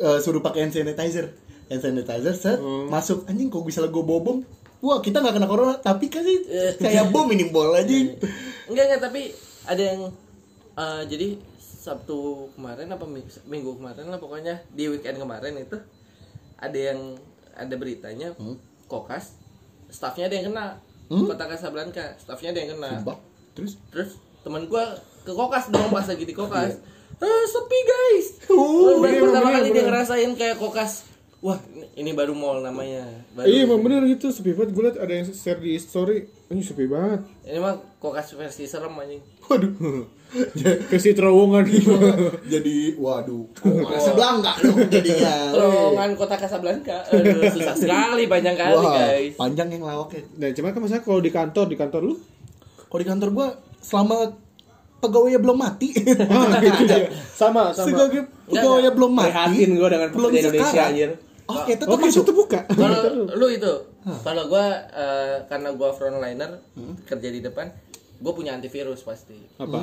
B: eh, suruh pakai hand sanitizer. Hand sanitizer set
D: Hmm.
B: masuk anjing kok bisa gue bobom. Wah kita nggak kena corona tapi kan sih kayak bom ini bol anjing.
D: Iya.
A: Enggak enggak tapi ada yang eh, jadi Sabtu kemarin apa mi- minggu kemarin lah pokoknya di weekend kemarin itu ada yang ada beritanya
D: Hmm?
A: kokas staffnya ada yang kena kota Casablanca staffnya ada yang kena
B: Sumpah. Terus
A: terus teman gua ke kokas dong pas lagi di kokas eh, sepi guys baru
D: Oh, bener,
A: pertama
D: Iya. bener,
A: kali dia
D: bener.
A: ngerasain kayak kokas wah ini baru mall namanya baru
D: Iya, emang bener gitu sepi banget. Gue liat ada yang share di story. Ini sepi banget.
A: ini mah kokas versi serem anjing
B: waduh.
D: Kasih terowongan.
B: jadi waduh Casablanca dong jadinya
A: Lowongan kota Casablanca Aduh, susah sekali panjang kali
B: Wah,
A: guys
B: panjang yang lawaknya
D: nah, cuman kan masalah kalau di kantor, di kantor lu
B: kalau di kantor gua selama pegawainya belum mati Iya.
D: Ah, gitu ya. Sama, sama.
B: sebagai pegawainya belum mati
C: Prihatin gua dengan pekerja Indonesia,
B: sekarang.
C: anjir.
B: oh kita tuh
D: Oke,
B: masuk
D: itu buka.
A: kalau lu itu kalau gua eh, karena gua frontliner
D: Hmm.
A: kerja di depan gua punya antivirus pasti
D: Apa?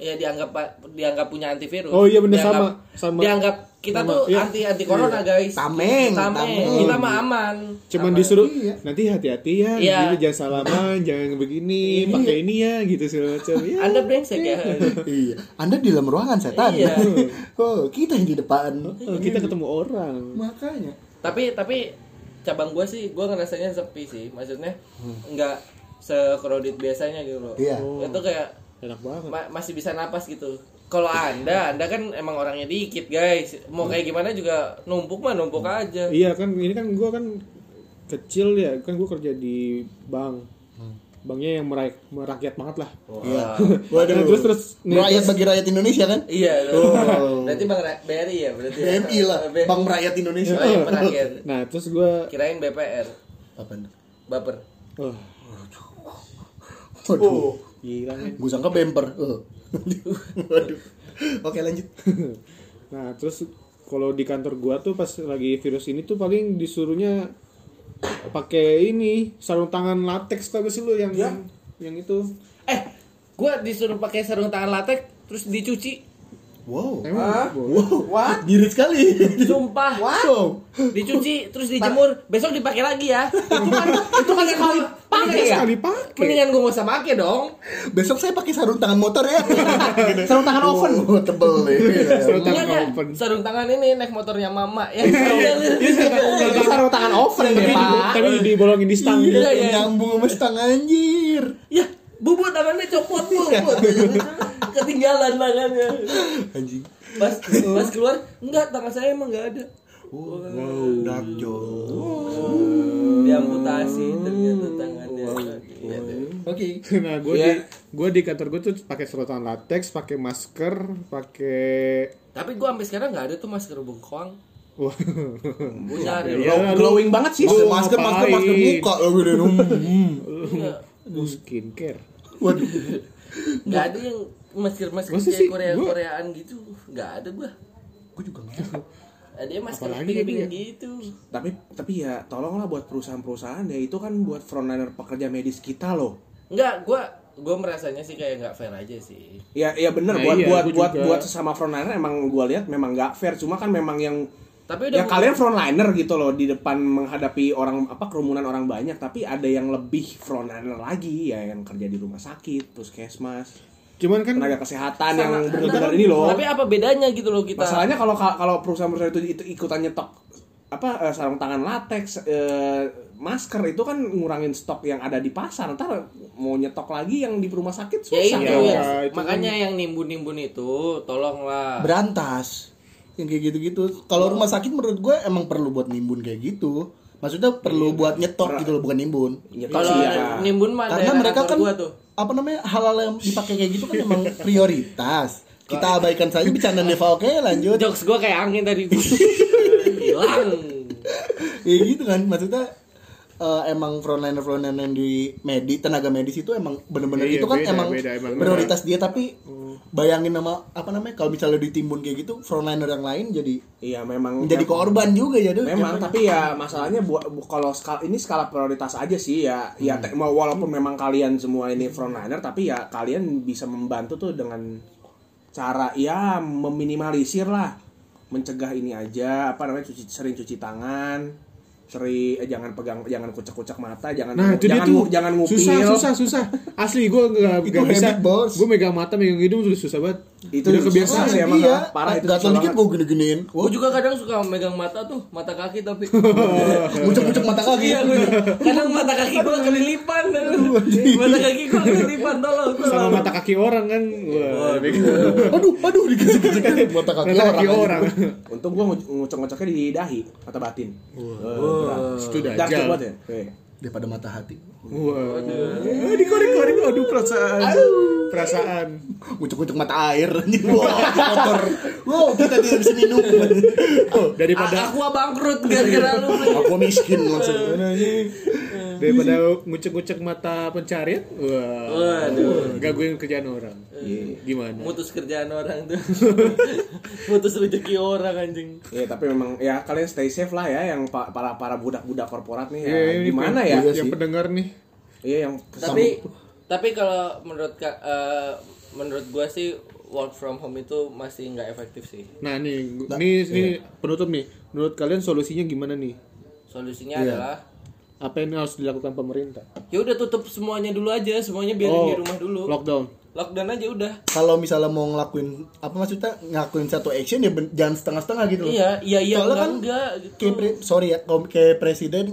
A: ya dianggap dianggap punya antivirus
D: Oh, iya, bener,
A: Dianggap-
D: sama, sama.
A: dianggap kita
D: Sama,
A: tuh
D: iya.
A: anti anti corona guys
B: Tameng,
A: tameng
B: tameng.
A: kita mah aman
D: Cuman
A: Aman.
D: disuruh nanti hati-hati ya,
A: Iya.
D: gini, jangan salaman, jangan begini, pakai ini ya, gitu segala macam. Ya.
A: anda brengsek ya
B: iya anda di dalam ruangan setan
A: Iya.
B: oh kita yang di depan
D: Oh, kita ketemu orang.
B: makanya
A: tapi tapi cabang gua sih gua ngerasanya sepi sih maksudnya
D: Hmm.
A: nggak se-crowded biasanya gitu loh
B: Iya.
A: itu kayak
D: Enak banget.
A: Ma- masih bisa napas gitu. Kalau anda, anda kan emang orangnya dikit guys. Mau kayak gimana juga numpuk mah numpuk aja.
D: Iya kan, ini kan gua kan kecil ya, kan gua kerja di bank. Banknya yang merak merakyat banget lah.
B: iya
D: Nah, terus terus nih,
B: rakyat bagi rakyat Indonesia kan
A: Iya. loh. Berarti bang Ra- BRI ya berarti. ya?
B: BMI lah
A: B-
B: Bank Rakyat Indonesia
A: Oh, iya, terakhir.
D: Nah, terus gua
A: Kirain BPR.
B: apa
A: Baper.
D: oh,
B: waduh
D: gila men.
B: gue sangka bemper Oh. waduh oke lanjut
D: Nah, terus kalau di kantor gua tuh pas lagi virus ini tuh paling disuruhnya pakai ini sarung tangan latex tau gak sih lu yang yang itu
A: Eh, gua disuruh pakai sarung tangan latex terus dicuci.
B: wow
D: emang boleh?
B: Wow, Mirip sekali.
A: Sumpah.
B: Wow.
A: Dicuci terus dijemur. Besok dipakai lagi ya. Itu kan itu kan sekali pakai ya.
D: sekali pakai.
A: Mendingan gua gak usah pakai dong.
B: Besok saya pakai sarung tangan motor ya. sarung tangan oven. Oh, tebel nih.
D: Sarung tangan
A: Iya, iya.
D: open.
A: sarung tangan ini naik motornya mama ya.
D: iya.
C: Itu sarung tangan oven
D: Tapi,
C: deh,
D: di,
C: Pak.
D: tapi dibolongin di stang gitu.
A: Iya, iya.
B: Nyambung sama stang anjir.
A: ya, bubut tangannya copot bubut. Ketinggalan tangannya.
B: Anjing.
A: Pas pas keluar, enggak tangan saya emang enggak ada.
B: Wow. Dark joke.
A: Diamputasi ternyata tangannya. Iya, deh.
B: Oke.
D: Nah, gue di gue di kantor gue tuh pakai sarung tangan latex, pakai masker, pakai
A: Tapi gua sampai sekarang enggak ada tuh masker bengkoang.
D: Wah.
A: Gua nyari
C: iya.
D: Ya,
A: loh.
D: lu-
C: Glowing banget sih.
B: Masker
D: Lu
B: masker masker
D: ngapain?
B: masker muka lo gede dong.
A: Iya.
D: lu skincare.
B: Waduh.
A: Enggak ada yang masker-masker
D: Masa
A: kayak
D: sih? Gua-
A: Korea-Koreaan gitu. Enggak ada gua.
B: Gue juga nggak.
A: Ada yang masker
D: Apalagi
A: pink
D: ya, Bi,
A: gitu.
C: Tapi tapi ya tolonglah buat perusahaan-perusahaan ya itu kan buat frontliner pekerja medis kita loh.
A: Enggak, gua gua merasanya sih kayak nggak fair aja sih.
C: Ya ya bener
D: Nah,
C: buat
D: iya,
C: buat
D: gua
C: buat
D: juga.
C: buat sesama frontliner emang gua lihat memang nggak fair cuma kan memang yang
A: Tapi udah
C: ya kalian frontliner gitu loh di depan menghadapi orang apa kerumunan orang banyak tapi ada yang lebih frontliner lagi ya yang kerja di rumah sakit puskesmas
D: Cuman kan
C: tenaga kesehatan yang
A: Sama-
C: benar-benar
A: tapi-
C: ini loh
A: Tapi apa bedanya gitu loh kita?
C: masalahnya kalau kalau perusahaan-perusahaan itu, itu ikutan nyetok apa eh, sarung tangan latex eh, masker itu kan ngurangin stok yang ada di pasar ntar mau nyetok lagi yang di rumah sakit susah
A: ya itu,
D: Iya,
A: ya.
D: iya, itu
A: makanya
B: kan.
A: yang nimbun-nimbun itu tolonglah.
B: Berantas. Yang kayak gitu-gitu. Kalau rumah sakit menurut gue emang perlu buat nimbun kayak gitu. Maksudnya perlu buat nyetok gitu loh bukan nimbun.
C: nyetok
A: Kalau
C: sih ya
A: ada nimbun mah
B: iya. karena
A: daerah
B: mereka
A: kantor
B: kan
A: gua tuh.
B: apa namanya hal-hal yang dipakai kayak gitu kan emang prioritas kita abaikan saja bercandaan Deva oke lanjut
A: Jokes gua kayak angin tadi. Hilang.
B: ya gitu kan Iya, maksudnya eh, emang frontliner frontliner yang di medis tenaga medis itu emang bener-bener
D: Iya, iya,
B: itu kan
D: beda,
B: emang,
D: beda, emang
B: prioritas dia tapi bayangin nama apa namanya kalau misalnya ditimbun kayak gitu frontliner yang lain jadi
C: Iya memang.
B: menjadi korban juga ya Dok.
C: Memang,
B: Jatuhnya.
C: tapi ya masalahnya buat bu- kalau skala, ini skala prioritas aja sih ya. Ya
D: Hmm.
C: te- mau- walaupun memang kalian semua ini frontliner, tapi ya kalian bisa membantu tuh dengan cara ya meminimalisir lah, mencegah ini aja apa namanya cuci sering cuci tangan, sering eh, jangan pegang jangan kucek-kucek mata, jangan
D: Nah, itu dia
C: jangan
D: tuh.
C: ngu- jangan ngupil.
D: Susah, susah, susah. Asli gue gak,
B: Itu habit,
D: bisa.
B: bos.
D: Gue megang mata, megang hidung tuh susah banget.
C: Itu
D: udah
C: susah
D: kebiasaan
C: sih
D: ya.
C: emang,
B: iya,
C: ah. Parah itu
B: gatel
C: susah
B: dikit
C: banget.
B: gue gini-giniin
A: Gue juga kadang suka megang mata tuh, mata kaki tapi
B: ucek-ucek mata kaki
A: Iya gue kadang mata kaki gue kelilipan Mata kaki gue kelilipan tolong
D: Sama
A: tolong
D: mata kaki orang kan. Wah,
B: aduh aduh dikecek-kecek mata kaki
D: mata kaki
B: orang
D: orang.
C: Untung gua ngu- ngucek-nguceknya di dahi atau batin. Eh,
D: Itu
C: Dark
D: dajal.
C: banget ya. Oke.
B: daripada mata hati
D: Wah, dikorek-korek. Aduh, perasaan. Perasaan.
B: ucek-ucek mata air Wah, kotor wow kita tidak bisa minum
A: A-
D: Daripada
A: Aqua bangkrut gara-gara lu
B: aku miskin langsung
D: daripada ngucek-ngucek mata pencarian. Wah,
A: Waduh
D: gangguin kerjaan orang. Gimana?
A: Mutus kerjaan orang tuh Mutus rezeki orang anjing
C: Iya tapi memang ya kalian stay safe lah ya yang pa- para para budak-budak korporat nih ya.
D: Iya, ini
C: Gimana
D: pen-
C: ya?
D: Yang pendengar nih.
C: Iya yang
A: Tapi tapi kalau menurut ka- eh, menurut gue sih work from home itu masih nggak efektif sih.
D: Nah, nih, gu- nih, nih penutup nih. Menurut kalian solusinya gimana nih?
A: Solusinya
B: Iya.
A: adalah
D: Apa yang harus dilakukan pemerintah?
A: ya udah tutup semuanya dulu aja, semuanya biarin
B: Oh.
A: di rumah dulu.
D: Lockdown.
A: Lockdown aja udah.
B: kalau misalnya mau ngelakuin apa maksudnya ngelakuin satu action ya ben- jangan setengah-setengah gitu loh.
A: Iya, iya iya
B: Soalnya
A: enggak
B: kan
A: enggak gitu.
B: Kayak pre- sorry ya, kalau kayak presiden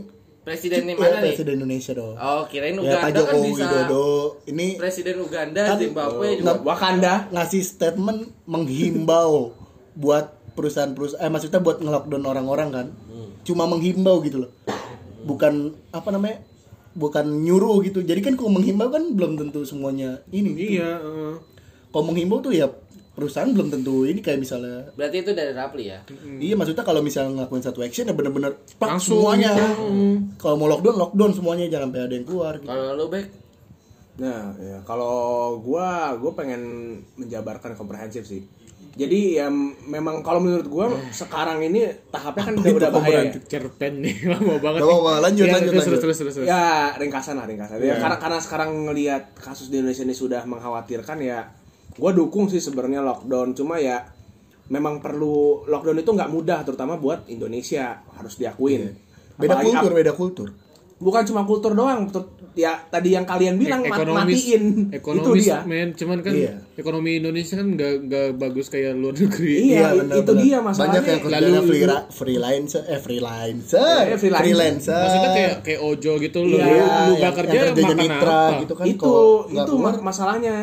A: Presiden ini
B: Iya,
A: mana nih?
B: Presiden Indonesia dong.
A: Oh, kirain
B: ya Pak
A: Uganda kan
B: Joko
A: bisa.
B: Widodo ini
A: Presiden Uganda,
B: Kan-
A: Zimbabwe juga.
B: Nah,
C: Wakanda.
B: ngasih statement menghimbau buat perusahaan-perusahaan eh maksudnya buat ngelockdown orang-orang kan. Cuma menghimbau gitu loh. Bukan apa namanya? Bukan nyuruh gitu. Jadi kan kalau menghimbau kan belum tentu semuanya ini. gitu.
D: Iya. eh.
B: Kalau menghimbau tuh ya perusahaan belum tentu ini kayak misalnya
A: Berarti itu dari Rapli ya.
B: Iya maksudnya kalau misalnya ngelakuin satu action ya bener-bener pak,
D: Hmm. Langsung. Hmm.
B: semuanya. Kalau mau lockdown lockdown semuanya jangan sampai ada yang keluar gitu.
A: Kalau lu back
C: Nah, ya kalau gua gua pengen menjabarkan komprehensif sih. Jadi ya memang kalau menurut gua
D: Hmm.
C: sekarang ini tahapnya kan udah udah bahaya. ya.
D: cerpen nih lama banget.
B: Gak apa-apa, lanjut,
D: Iya,
B: lanjut,
D: terus,
B: lanjut.
D: Terus terus terus.
C: Ya ringkasan lah ringkasan. Ya, karena karena sekarang ngelihat kasus di Indonesia ini sudah mengkhawatirkan ya, gue dukung sih sebenarnya lockdown. Cuma ya memang perlu lockdown itu nggak mudah, terutama buat Indonesia harus diakuin.
B: Iya. Beda
C: Apalagi
B: kultur,
C: ap-
B: beda kultur.
C: bukan cuma kultur doang. ter- Ya tadi yang kalian bilang
D: Ek- E-
C: mat-
D: ekonomis,
C: matiin
D: ekonomis,
C: itu dia.
D: men. Cuman kan
B: Iya.
D: ekonomi Indonesia kan nggak nggak bagus kayak luar negeri.
C: Iya, i-
B: benar-benar.
C: itu dia masalahnya.
B: Banyak yang kerjanya freela- freelancer, eh freelancer, Iya,
C: Eh, freelancer.
D: Maksudnya kayak kayak ojo gitu loh.
C: Iya,
D: lu, lu
B: yang-
D: gak
B: yang
D: kerja
B: kerjanya
D: makan
B: mitra
D: apa?
B: gitu kan
C: itu
B: kalau nggak
C: itu
B: keluar,
C: ma- masalahnya.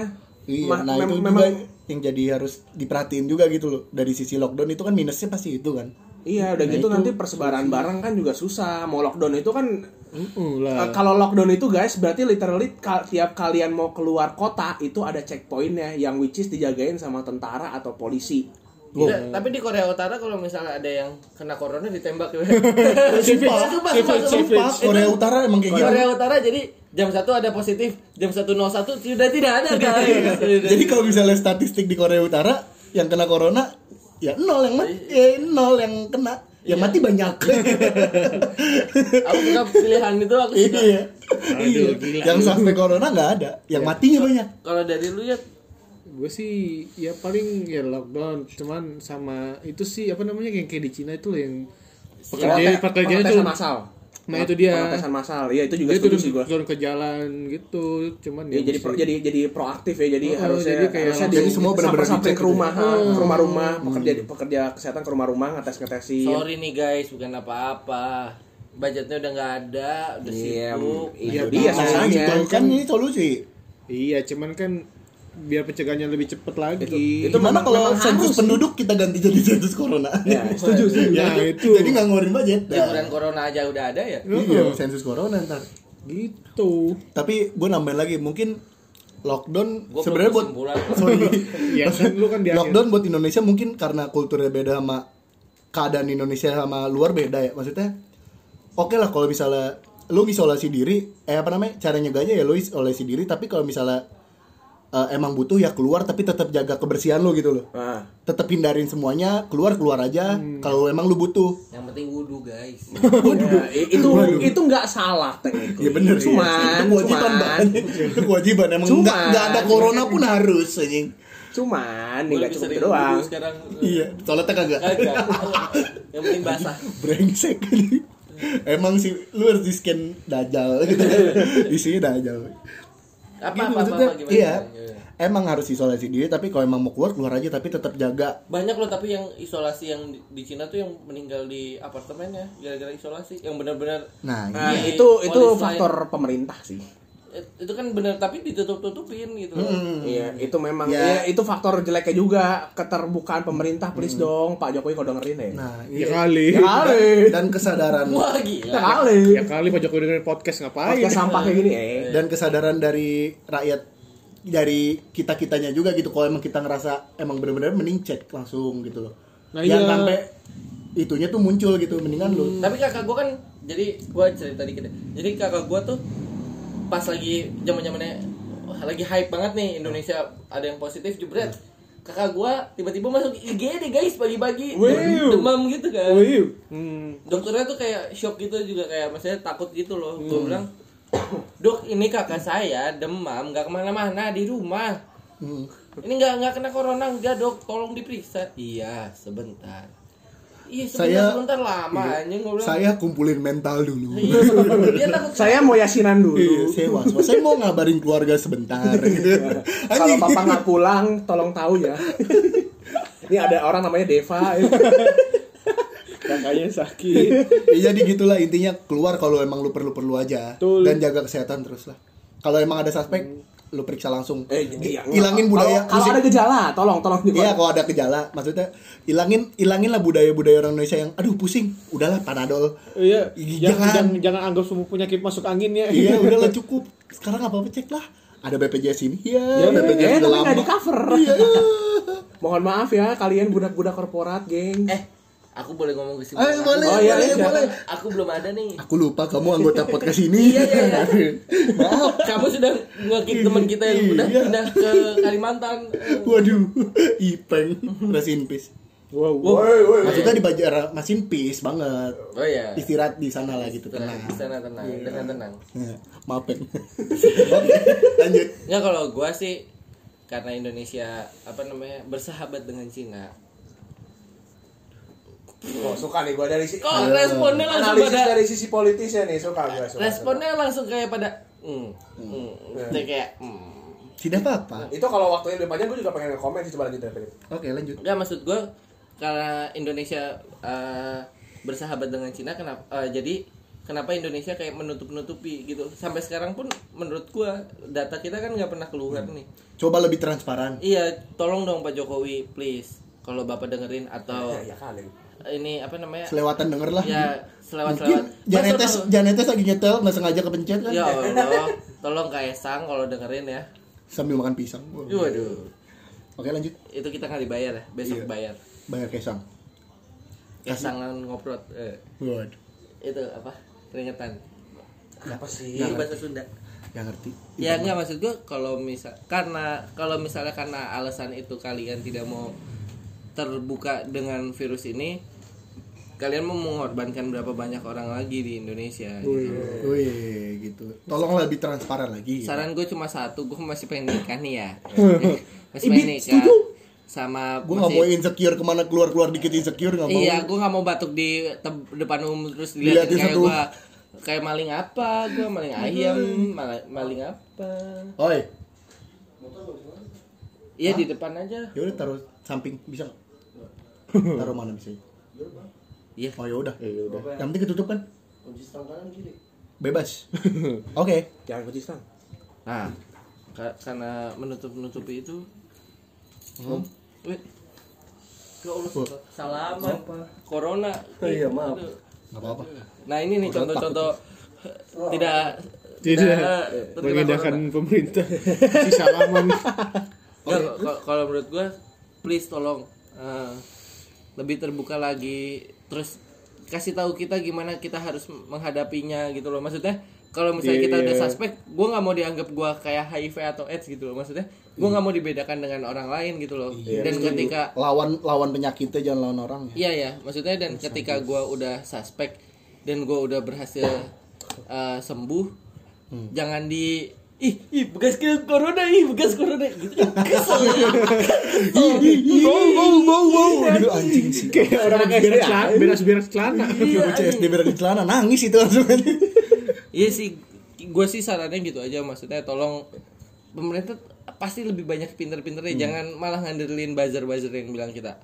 B: Iya,
C: Ma-
B: nah
C: mem-
B: itu
C: memang
B: juga yang jadi harus diperhatiin juga gitu loh dari sisi lockdown itu kan minusnya pasti itu kan
C: Iya, udah gitu nanti persebaran barang kan juga susah. Mau lockdown itu kan
D: Mm-mm lah.
C: Eh, kalau lockdown itu guys berarti literally ka- tiap kalian mau keluar kota itu ada checkpointnya yang which is dijagain sama tentara atau polisi.
A: Tidak, tapi di Korea Utara kalau misalnya ada yang kena corona ditembak ya.
C: Eh,
D: Savage,
A: Sumpah, sumpah,
D: savage,
A: sumpah.
B: Pak,
D: savage.
B: Korea Utara emang kayak
A: Di
B: gitu
A: Korea Utara jadi jam 1 ada positif, jam 101 sudah tidak ada kan? guys.
B: jadi kalau misalnya statistik di Korea Utara yang kena corona ya nol yang mati ya
D: Iya.
B: nol yang kena
C: Iya.
B: yang mati banyak
A: aku suka pilihan itu aku suka.
B: iya
D: Aduh,
B: iya
D: gila.
B: yang sampai corona nggak ada yang matinya banyak
A: Kalau dari lu ya
D: Gue sih ya paling ya lockdown. Cuman sama itu sih apa namanya yang kayak di Cina itu loh yang pekerja
C: Iya, Pengetes-
D: pekerjaan itu.
C: pengetesan masal.
D: Nah, itu dia.
C: Pengetesan masal. Iya, itu juga
D: Dia
C: setuju
D: turun,
C: sih gua.
D: turun ke jalan gitu. Cuman
C: Ya, jadi pro-
D: mesti-
C: jadi jadi proaktif ya. Jadi
D: Oh,
C: harusnya
D: jadi kayak
C: harusnya
B: langsung- Jadi semua benar-benar
C: sampai
B: dicek
C: ke rumah, ke rumah-rumah, pekerja pekerja kesehatan ke rumah-rumah ngetes-ngetesin.
A: sorry nih guys bukan apa-apa. Budgetnya udah nggak ada, udah
C: Iya,
A: sibuk.
C: iya dia
B: Nah,
C: susahnya.
B: gitu. kan ini solusi
D: Iya, cuman kan biar pencegahannya lebih cepat lagi.
C: Itu
B: gimana
C: memang-
B: kalau
C: memang
B: sensus
C: harus.
B: penduduk kita ganti jadi sensus corona Iya.
C: Ya, setuju, setuju.
D: Ya itu.
B: jadi nggak ngeluarin budget
A: Liburan corona aja udah ada ya.
B: iya sensus corona ntar
D: Gitu.
B: tapi gue nambahin lagi mungkin
A: Gua
B: lockdown
A: belum
B: sebenarnya buat
A: kesimpulan.
B: sorry
D: Iya, kan lu kan di akhir.
B: lockdown buat Indonesia mungkin karena kulturnya beda sama keadaan Indonesia sama luar beda ya maksudnya oke lah kalau misalnya lu isolasi diri eh apa namanya cara nyegahnya ya lu isolasi diri tapi kalau misalnya eh, emang butuh ya keluar tapi tetap jaga kebersihan lu gitu loh
C: Nah,
B: tetap hindarin semuanya keluar keluar aja kalau emang lu butuh
A: Yang penting wudhu guys.
C: ya, i- itu itu nggak salah tekniknya.
B: Iya bener sih.
C: Cuman,
B: itu kewajiban
C: cuman,
B: banget. Itu kewajiban emang
C: Cuman.
B: nggak nggak ada corona pun harus anjing.
C: cuman,
A: Gua
C: nggak
A: lebih
C: cukup
A: sering
C: itu doang.
A: wudhu Sekarang
B: Iya, soalnya tak kagak
A: Kagak. yang penting basah.
B: brengsek ini. Emang sih lu harus di scan dajal gitu. Isinya dajal.
A: Apa
B: Gitu,
A: apa, apa,
B: maksudnya,
A: apa, gimana?
B: Iya.
A: Gimana?
B: Emang harus isolasi diri tapi kalau emang mau keluar keluar aja tapi tetap jaga.
A: Banyak loh tapi yang isolasi yang di- di Cina tuh yang meninggal di apartemennya gara-gara isolasi yang benar-benar
B: Nah,
C: Nah,
A: Iya,
C: itu itu
A: all is
C: faktor pemerintah sih.
A: eh, itu kan benar tapi ditutup-tutupin gitu. loh.
B: Hmm.
C: Iya, itu memang
B: Ya.
C: iya, itu faktor jeleknya juga keterbukaan pemerintah please dong Pak Jokowi kau dengerin ya.
B: Hmm. nah
D: Ya
B: iya.
D: kali.
C: Ya kali.
B: dan kesadaran
A: Wah
B: Iya.
C: Ya
A: gila.
C: kali.
D: Ya kali Pak Jokowi dengerin podcast ngapain?
C: Pakai sampah kayak gini eh.
A: iya.
B: dan kesadaran dari rakyat dari kita kitanya juga gitu kalau emang kita ngerasa emang benar-benar mending cek langsung gitu loh jangan
D: Nah, iya.
B: sampai itunya tuh muncul gitu mendingan lu
A: Tapi kakak gua kan jadi gua cerita dikit. deh. Jadi kakak gua tuh pas lagi zaman-zamannya wah, lagi hype banget nih Indonesia ada yang positif jebret. Kakak gua tiba-tiba masuk IGD guys pagi-pagi
D: Wih.
A: demam gitu kan.
D: Wih. Hmm.
A: dokternya tuh kayak shock gitu juga kayak maksudnya takut gitu loh Gua bilang dok ini kakak saya demam nggak kemana-mana di rumah
B: Hmm.
A: ini nggak nggak kena corona nggak dok tolong diperiksa iya sebentar iya sebentar
B: Saya-
A: sebentar lama anjing gua bilang
B: saya kumpulin mental dulu
A: Iya, dia takut
C: Saya mau yasinan
B: Iya,
C: dulu. Iya.
B: saya was saya mau ngabarin keluarga sebentar gitu. Anjing.
C: Kalau papa nggak pulang, tolong tahu ya. Ini ada orang namanya Deva. Eh,
D: Kakaknya Ya sakit.
B: Ya, jadi gitulah intinya keluar kalau emang lu perlu-perlu aja
D: Betul.
B: dan jaga kesehatan terus lah kalau emang ada suspek lu periksa langsung
C: Hmm. Eh, iya, nggak.
B: hilangin budaya
C: Kalau- Kalau ada gejala, tolong tolong
B: Iya
C: juga.
B: kalau ada gejala maksudnya ilangin ilangin lah budaya-budaya orang Indonesia yang aduh pusing udahlah panadol
D: Iya.
B: Iya,
D: Jangan,
B: jangan.
D: jangan jangan anggap semua penyakit masuk angin ya.
B: iya udahlah cukup sekarang apa apa cek lah ada BPJS ini ya,
D: Ya,
B: BPJS udah
C: Eh, tapi nggak
B: lama
C: di cover.
B: iya
C: Mohon maaf ya, kalian budak-budak korporat, geng.
A: eh aku boleh ngomong ke sini
B: Eh, boleh,
C: Oh, iya,
B: boleh,
C: iya.
B: boleh.
A: aku belum ada nih
B: aku lupa kamu anggota podcast ini
A: Iya, iya, iya. maaf kamu sudah ngekik teman kita yang udah
B: Iya.
A: pindah ke Kalimantan
B: waduh ipeng resin pis
D: Wow.
B: maksudnya di Bajara masin pis banget
A: oh iya
B: istirahat di sana lah gitu
A: tenang
B: tenang
A: di sana tenang dengan tenang
B: Iya, maaf Peng. Oke, lanjut
A: Ya kalau gua sih karena Indonesia apa namanya bersahabat dengan Cina.
C: Oh, suka nih gua dari sisi
A: Kok responnya langsung pada
C: sisi politisnya nih, suka gua suka.
A: responnya langsung kayak pada hmm, hmm, Jadi kayak hmm.
B: tidak apa-apa
C: Itu kalau waktunya lebih panjang gua juga pengen komen sih coba lanjut dari Philip.
B: oke lanjut
A: Nggak, maksud gua karena Indonesia eh, bersahabat dengan Cina kenapa eh, jadi kenapa Indonesia kayak menutup-nutupi gitu. Sampai sekarang pun menurut gua data kita kan nggak pernah keluar nih.
B: coba lebih transparan
A: Iya, tolong dong Pak Jokowi, please. Kalau Bapak dengerin atau
C: Ya kali.
A: ini apa namanya?
B: selewatan denger lah
A: Ya,
B: mungkin
A: selewat-selewat. Iya.
B: Janetes
A: Masa-
B: Janetes lagi nyetel nggak sengaja kepencet kan
A: Ya Allah, tolong Kak Esang kalau dengerin ya.
B: sambil makan pisang
A: Waduh,
B: oke lanjut
A: itu kita nggak dibayar ya, besok bayar.
B: bayar kesang
A: Kesangan ngoprot, eh, Nah,
B: waduh
A: itu apa? Keringetan.
C: Apa sih?
A: Ini bahasa Sunda.
B: nggak ngerti
A: Ya nggak maksud gua kalau misal karena kalau misalnya karena alasan itu kalian tidak mau terbuka dengan virus ini, kalian mau mengorbankan berapa banyak orang lagi di Indonesia?
B: Oh, iya.
A: gitu.
B: Wih, gitu. Tolong lebih transparan lagi.
A: Saran gue cuma satu, gue masih pengen nikah nih ya. masih
B: Eh, Ibi,
A: pengen nikah
B: setuju.
A: sama
B: Gue nggak
A: masih-
B: mau insecure kemana keluar keluar dikit insecure nggak mau.
A: Iya, gue nggak mau batuk di te- depan umum terus dilihatin
B: Dilihatin
A: kayak
B: satu.
A: gue kayak maling apa, gue maling ayam,
B: Hmm.
A: mala- maling apa?
B: Oi,
A: Iya di depan aja.
B: ya udah taruh samping bisa nggak? taruh mana bisa?
A: Iya.
B: Oh ya udah.
D: Ya udah.
B: Yang penting ketutup kan? Bebas. Oke.
C: Jangan kunci stang.
A: Nah, ka- karena menutup nutupi itu, Wih. Ya Allah, salam apa? Corona.
B: Iya, maaf. Nggak apa-apa.
A: Nah ini nih contoh-contoh tidak
D: Tidak
A: terkena
D: mengindahkan
A: corona.
D: pemerintah. Si salaman.
A: Nggak, kalau- kalau menurut gue please tolong eh, lebih terbuka lagi terus kasih tahu kita gimana kita harus menghadapinya gitu loh maksudnya kalau misalnya
D: Iya,
A: kita udah
D: iya.
A: suspek gue nggak mau dianggap gue kayak HIV atau AIDS gitu loh maksudnya
D: Hmm.
A: gue nggak mau dibedakan dengan orang lain gitu loh
D: Iya,
A: dan ketika
B: Ah. lawan lawan penyakitnya jangan lawan orang ya
A: Iya ya, maksudnya dan ketika gua udah suspek dan gua udah berhasil uh, sembuh,
D: Hmm.
A: jangan di ih ih bekas kena corona ih bekas corona gitu kan kesel
B: wow wow wow wow gitu anjing sih
D: kayak Ya, orang
C: Anak
D: beres
C: SD,
D: celana beres beres celana
A: gitu,
B: Iya, bocah SD berada di celana nangis itu langsung kan.
A: Iya sih, gue sih sarannya gitu aja maksudnya tolong pemerintah pasti lebih banyak
B: Hmm.
A: pinter-pinternya jangan malah ngandelin buzzer-buzzer yang bilang kita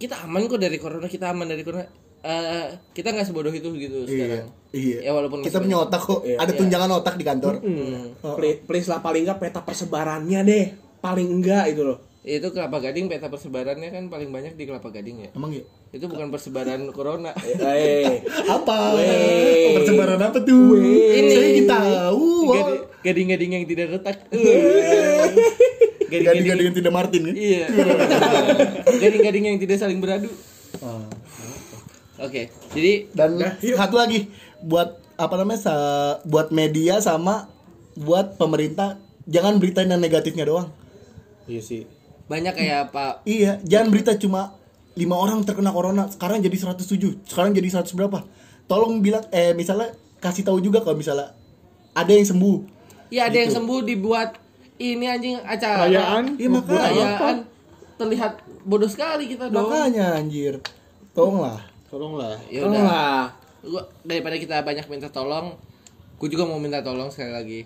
A: kita aman kok dari corona kita aman dari corona Eh, kita nggak sebodoh itu gitu sekarang
B: Iya.
A: ya walaupun
B: Kita
A: masih
B: punya otak kok. Ada tunjangan otak di kantor.
C: Please, Oh, please lah paling enggak peta persebarannya deh. Paling enggak itu loh.
A: banyak. itu kelapa gading peta persebarannya kan paling banyak di kelapa gading ya
B: Emang ya?
A: itu bukan persebaran corona
C: Eh,
B: Apa? Persebaran apa tuh?
A: Ini.
B: Saya ingin tahu.
A: Gadi- gading-gading yang tidak retak
B: Gading-gading
A: gading-gading
B: yang tidak Martin ya?
A: iya gading-gading yang tidak saling beradu
B: Ah.
A: oke jadi
B: Dan satu lagi buat apa namanya? sa- buat media sama buat pemerintah jangan beritain yang negatifnya doang.
D: iya sih
A: banyak kayak pak
B: Iya, jangan berita cuma lima orang terkena corona, sekarang jadi 107, sekarang jadi 100 berapa. Tolong bilang eh misalnya kasih tahu juga kalau misalnya ada yang sembuh.
A: ya ada yang sembuh dibuat ini anjing acara
D: Perayaan?
B: Iya, makanya.
A: Perayaan. terlihat bodoh sekali kita ya, dong
B: Makanya anjir. Tolonglah.
D: tolonglah
A: ya udah
C: tolong lah.
A: Gua- daripada kita banyak minta tolong gue juga mau minta tolong sekali lagi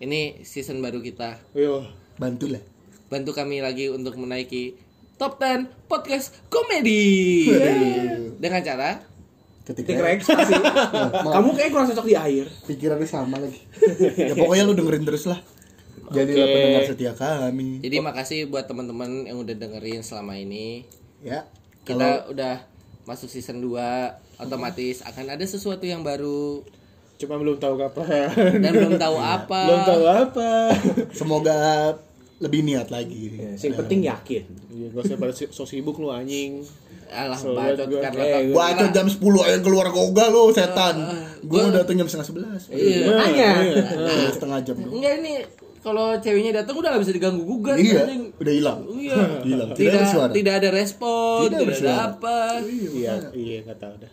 A: ini season baru kita
D: yo
B: Bantulah.
A: bantu kami lagi untuk menaiki top 10 podcast komedi dengan cara
B: Ketika
C: Titik rek, spasi. Kamu kayak kurang cocok di air.
B: pikirannya sama lagi. ya pokoknya lu dengerin terus lah. Jadilah pendengar setia kami.
A: jadi makasih buat teman-teman yang udah dengerin selama ini
B: Ya.
A: kita udah masuk season 2 otomatis akan ada sesuatu yang baru
D: cuma belum tahu kapan
A: dan belum tahu
B: Iya.
A: apa
D: belum tahu apa
B: Semoga lebih niat lagi.
C: Yang penting yakin.
D: Iya, gak usah pada si- so sibuk lu anjing.
A: alah
D: Sobat
A: bacot
D: gua.
A: karena
C: Eh,
B: Baca jam 10 yang keluar goga lo setan. Gua udah datang jam setengah sebelas.
A: Iya.
C: Makanya.
B: setengah jam doang.
A: enggak ini kalau ceweknya datang udah gak bisa diganggu gugat
B: Iya,
A: anjing.
B: udah hilang.
A: Iya.
B: Hilang. Tidak,
A: tidak
B: ada suara.
A: tidak ada respon
B: Tidak
A: tidak, ada
B: bersuara.
A: apa
D: Iya, iya nggak tahu dah.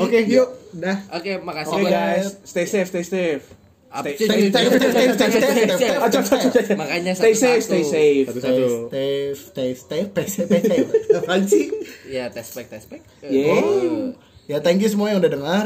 D: Oke, yuk, dah.
A: oke makasih
B: Oke,
A: buat-
B: guys.
C: Stay safe, stay safe.
A: Apa-
B: Stay safe, stay safe, stay safe, stay safe.
C: Ah, cocok, cocok, cocok.
A: Makanya
C: stay
A: satu-satu.
C: safe, stay safe.
D: Iya.
B: Stay safe, stay safe, stay safe, stay safe. Apaan sih?
A: ya test pack test pack
C: Yeah.
A: Oh.
B: Ya thank you semua yang udah dengar.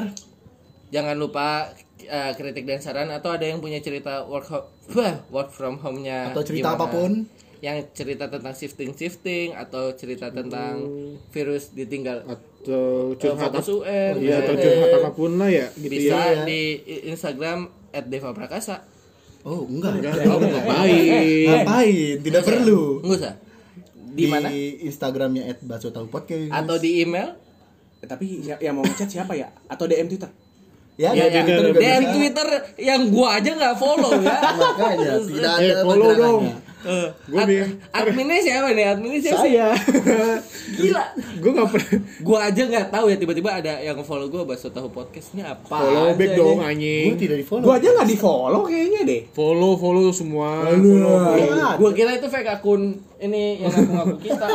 A: jangan lupa eh, kritik dan saran atau ada yang punya cerita work ho- bah, work from home-nya
B: Atau cerita apapun.
A: yang cerita tentang shifting shifting atau cerita tentang virus ditinggal
D: Atau
A: eh,
D: curhat
A: fokus
D: apa?
A: UN
D: Iya, atau
A: eh,
D: curhat apapun lah ya, gitu
A: bisa
D: ya.
A: di Instagram @devaprakasa
B: Oh, enggak.
D: Oh, ngapain?
B: Ngapain? Tidak perlu.
A: nggak usah di mana
B: Instagramnya at Baso Tahu Podcast.
A: atau di email
C: Tapi ya- yang mau ngechat siapa ya? Atau DM Twitter?
B: ya,
A: ya, ya.
B: di Twitter juga
A: DM
B: bisa.
A: Twitter yang gua aja nggak follow ya
B: Makanya tidak ada
D: Eh, follow dong.
B: pergerakannya.
D: Gua
A: Ad-
D: bi-
A: adminnya siapa nih adminnya
D: iya
A: siapa sih?
D: Saya.
A: gila
D: Gua nggak pernah
A: gua aja nggak tahu ya tiba-tiba ada yang follow gua bahasa tahu podcastnya apa
D: follow
A: aja
D: back
A: nih?
D: dong
B: Gua
D: anjing.
B: tidak di follow.
C: Gua aja nggak di follow kayaknya deh.
D: Follow, follow semua. Follow, follow.
B: Iya.
A: gua kira itu fake akun ini yang aku ngaku kita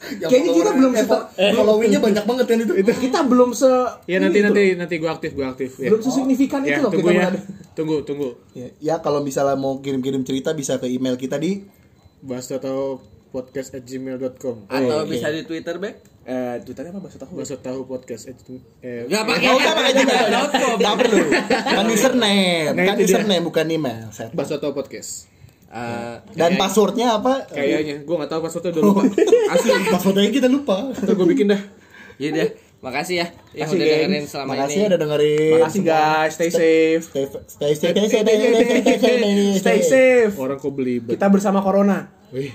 C: Kayaknya kita belum
B: eh,
C: se-
B: followingnya banyak banget kan itu.
C: kita belum se
D: Ya nanti
C: itu.
D: nanti nanti gua aktif, gua aktif ya.
C: belum sesignifikan
D: Ya,
C: itu loh
D: tunggu
C: kita
D: ya.
C: berada.
D: Tunggu, tunggu.
B: Ya, ya, kalau misalnya mau kirim-kirim cerita bisa ke email kita di
D: Bahas atau podcast at gmail.com
A: atau bisa di Twitter back
C: Eh, Twitternya apa bahasa tahu?
D: Bahasa tahu podcast at eh,
A: nggak pakai
B: Oh, udah pakai Gmail. Enggak perlu. Kan username,
D: Nah,
B: kan
D: itu dia.
B: username bukan email. Set.
D: Bahasa tahu podcast
A: Eh,
B: Dan passwordnya apa?
D: Kayaknya, gua nggak tahu passwordnya
C: Oh.
D: udah lupa
B: Asli passwordnya kita lupa.
D: Atau gua bikin dah
A: jadi iya makasih ya yang
C: Makasih,
A: udah
C: geng.
A: dengerin selama
B: Makasih ya
A: ini
B: udah dengerin.
C: Makasih guys, stay safe.
B: Stay stay stay stay stay stay stay stay stay
C: Stay safe.
D: Orang kok beli
C: Kita bersama corona.
D: Wih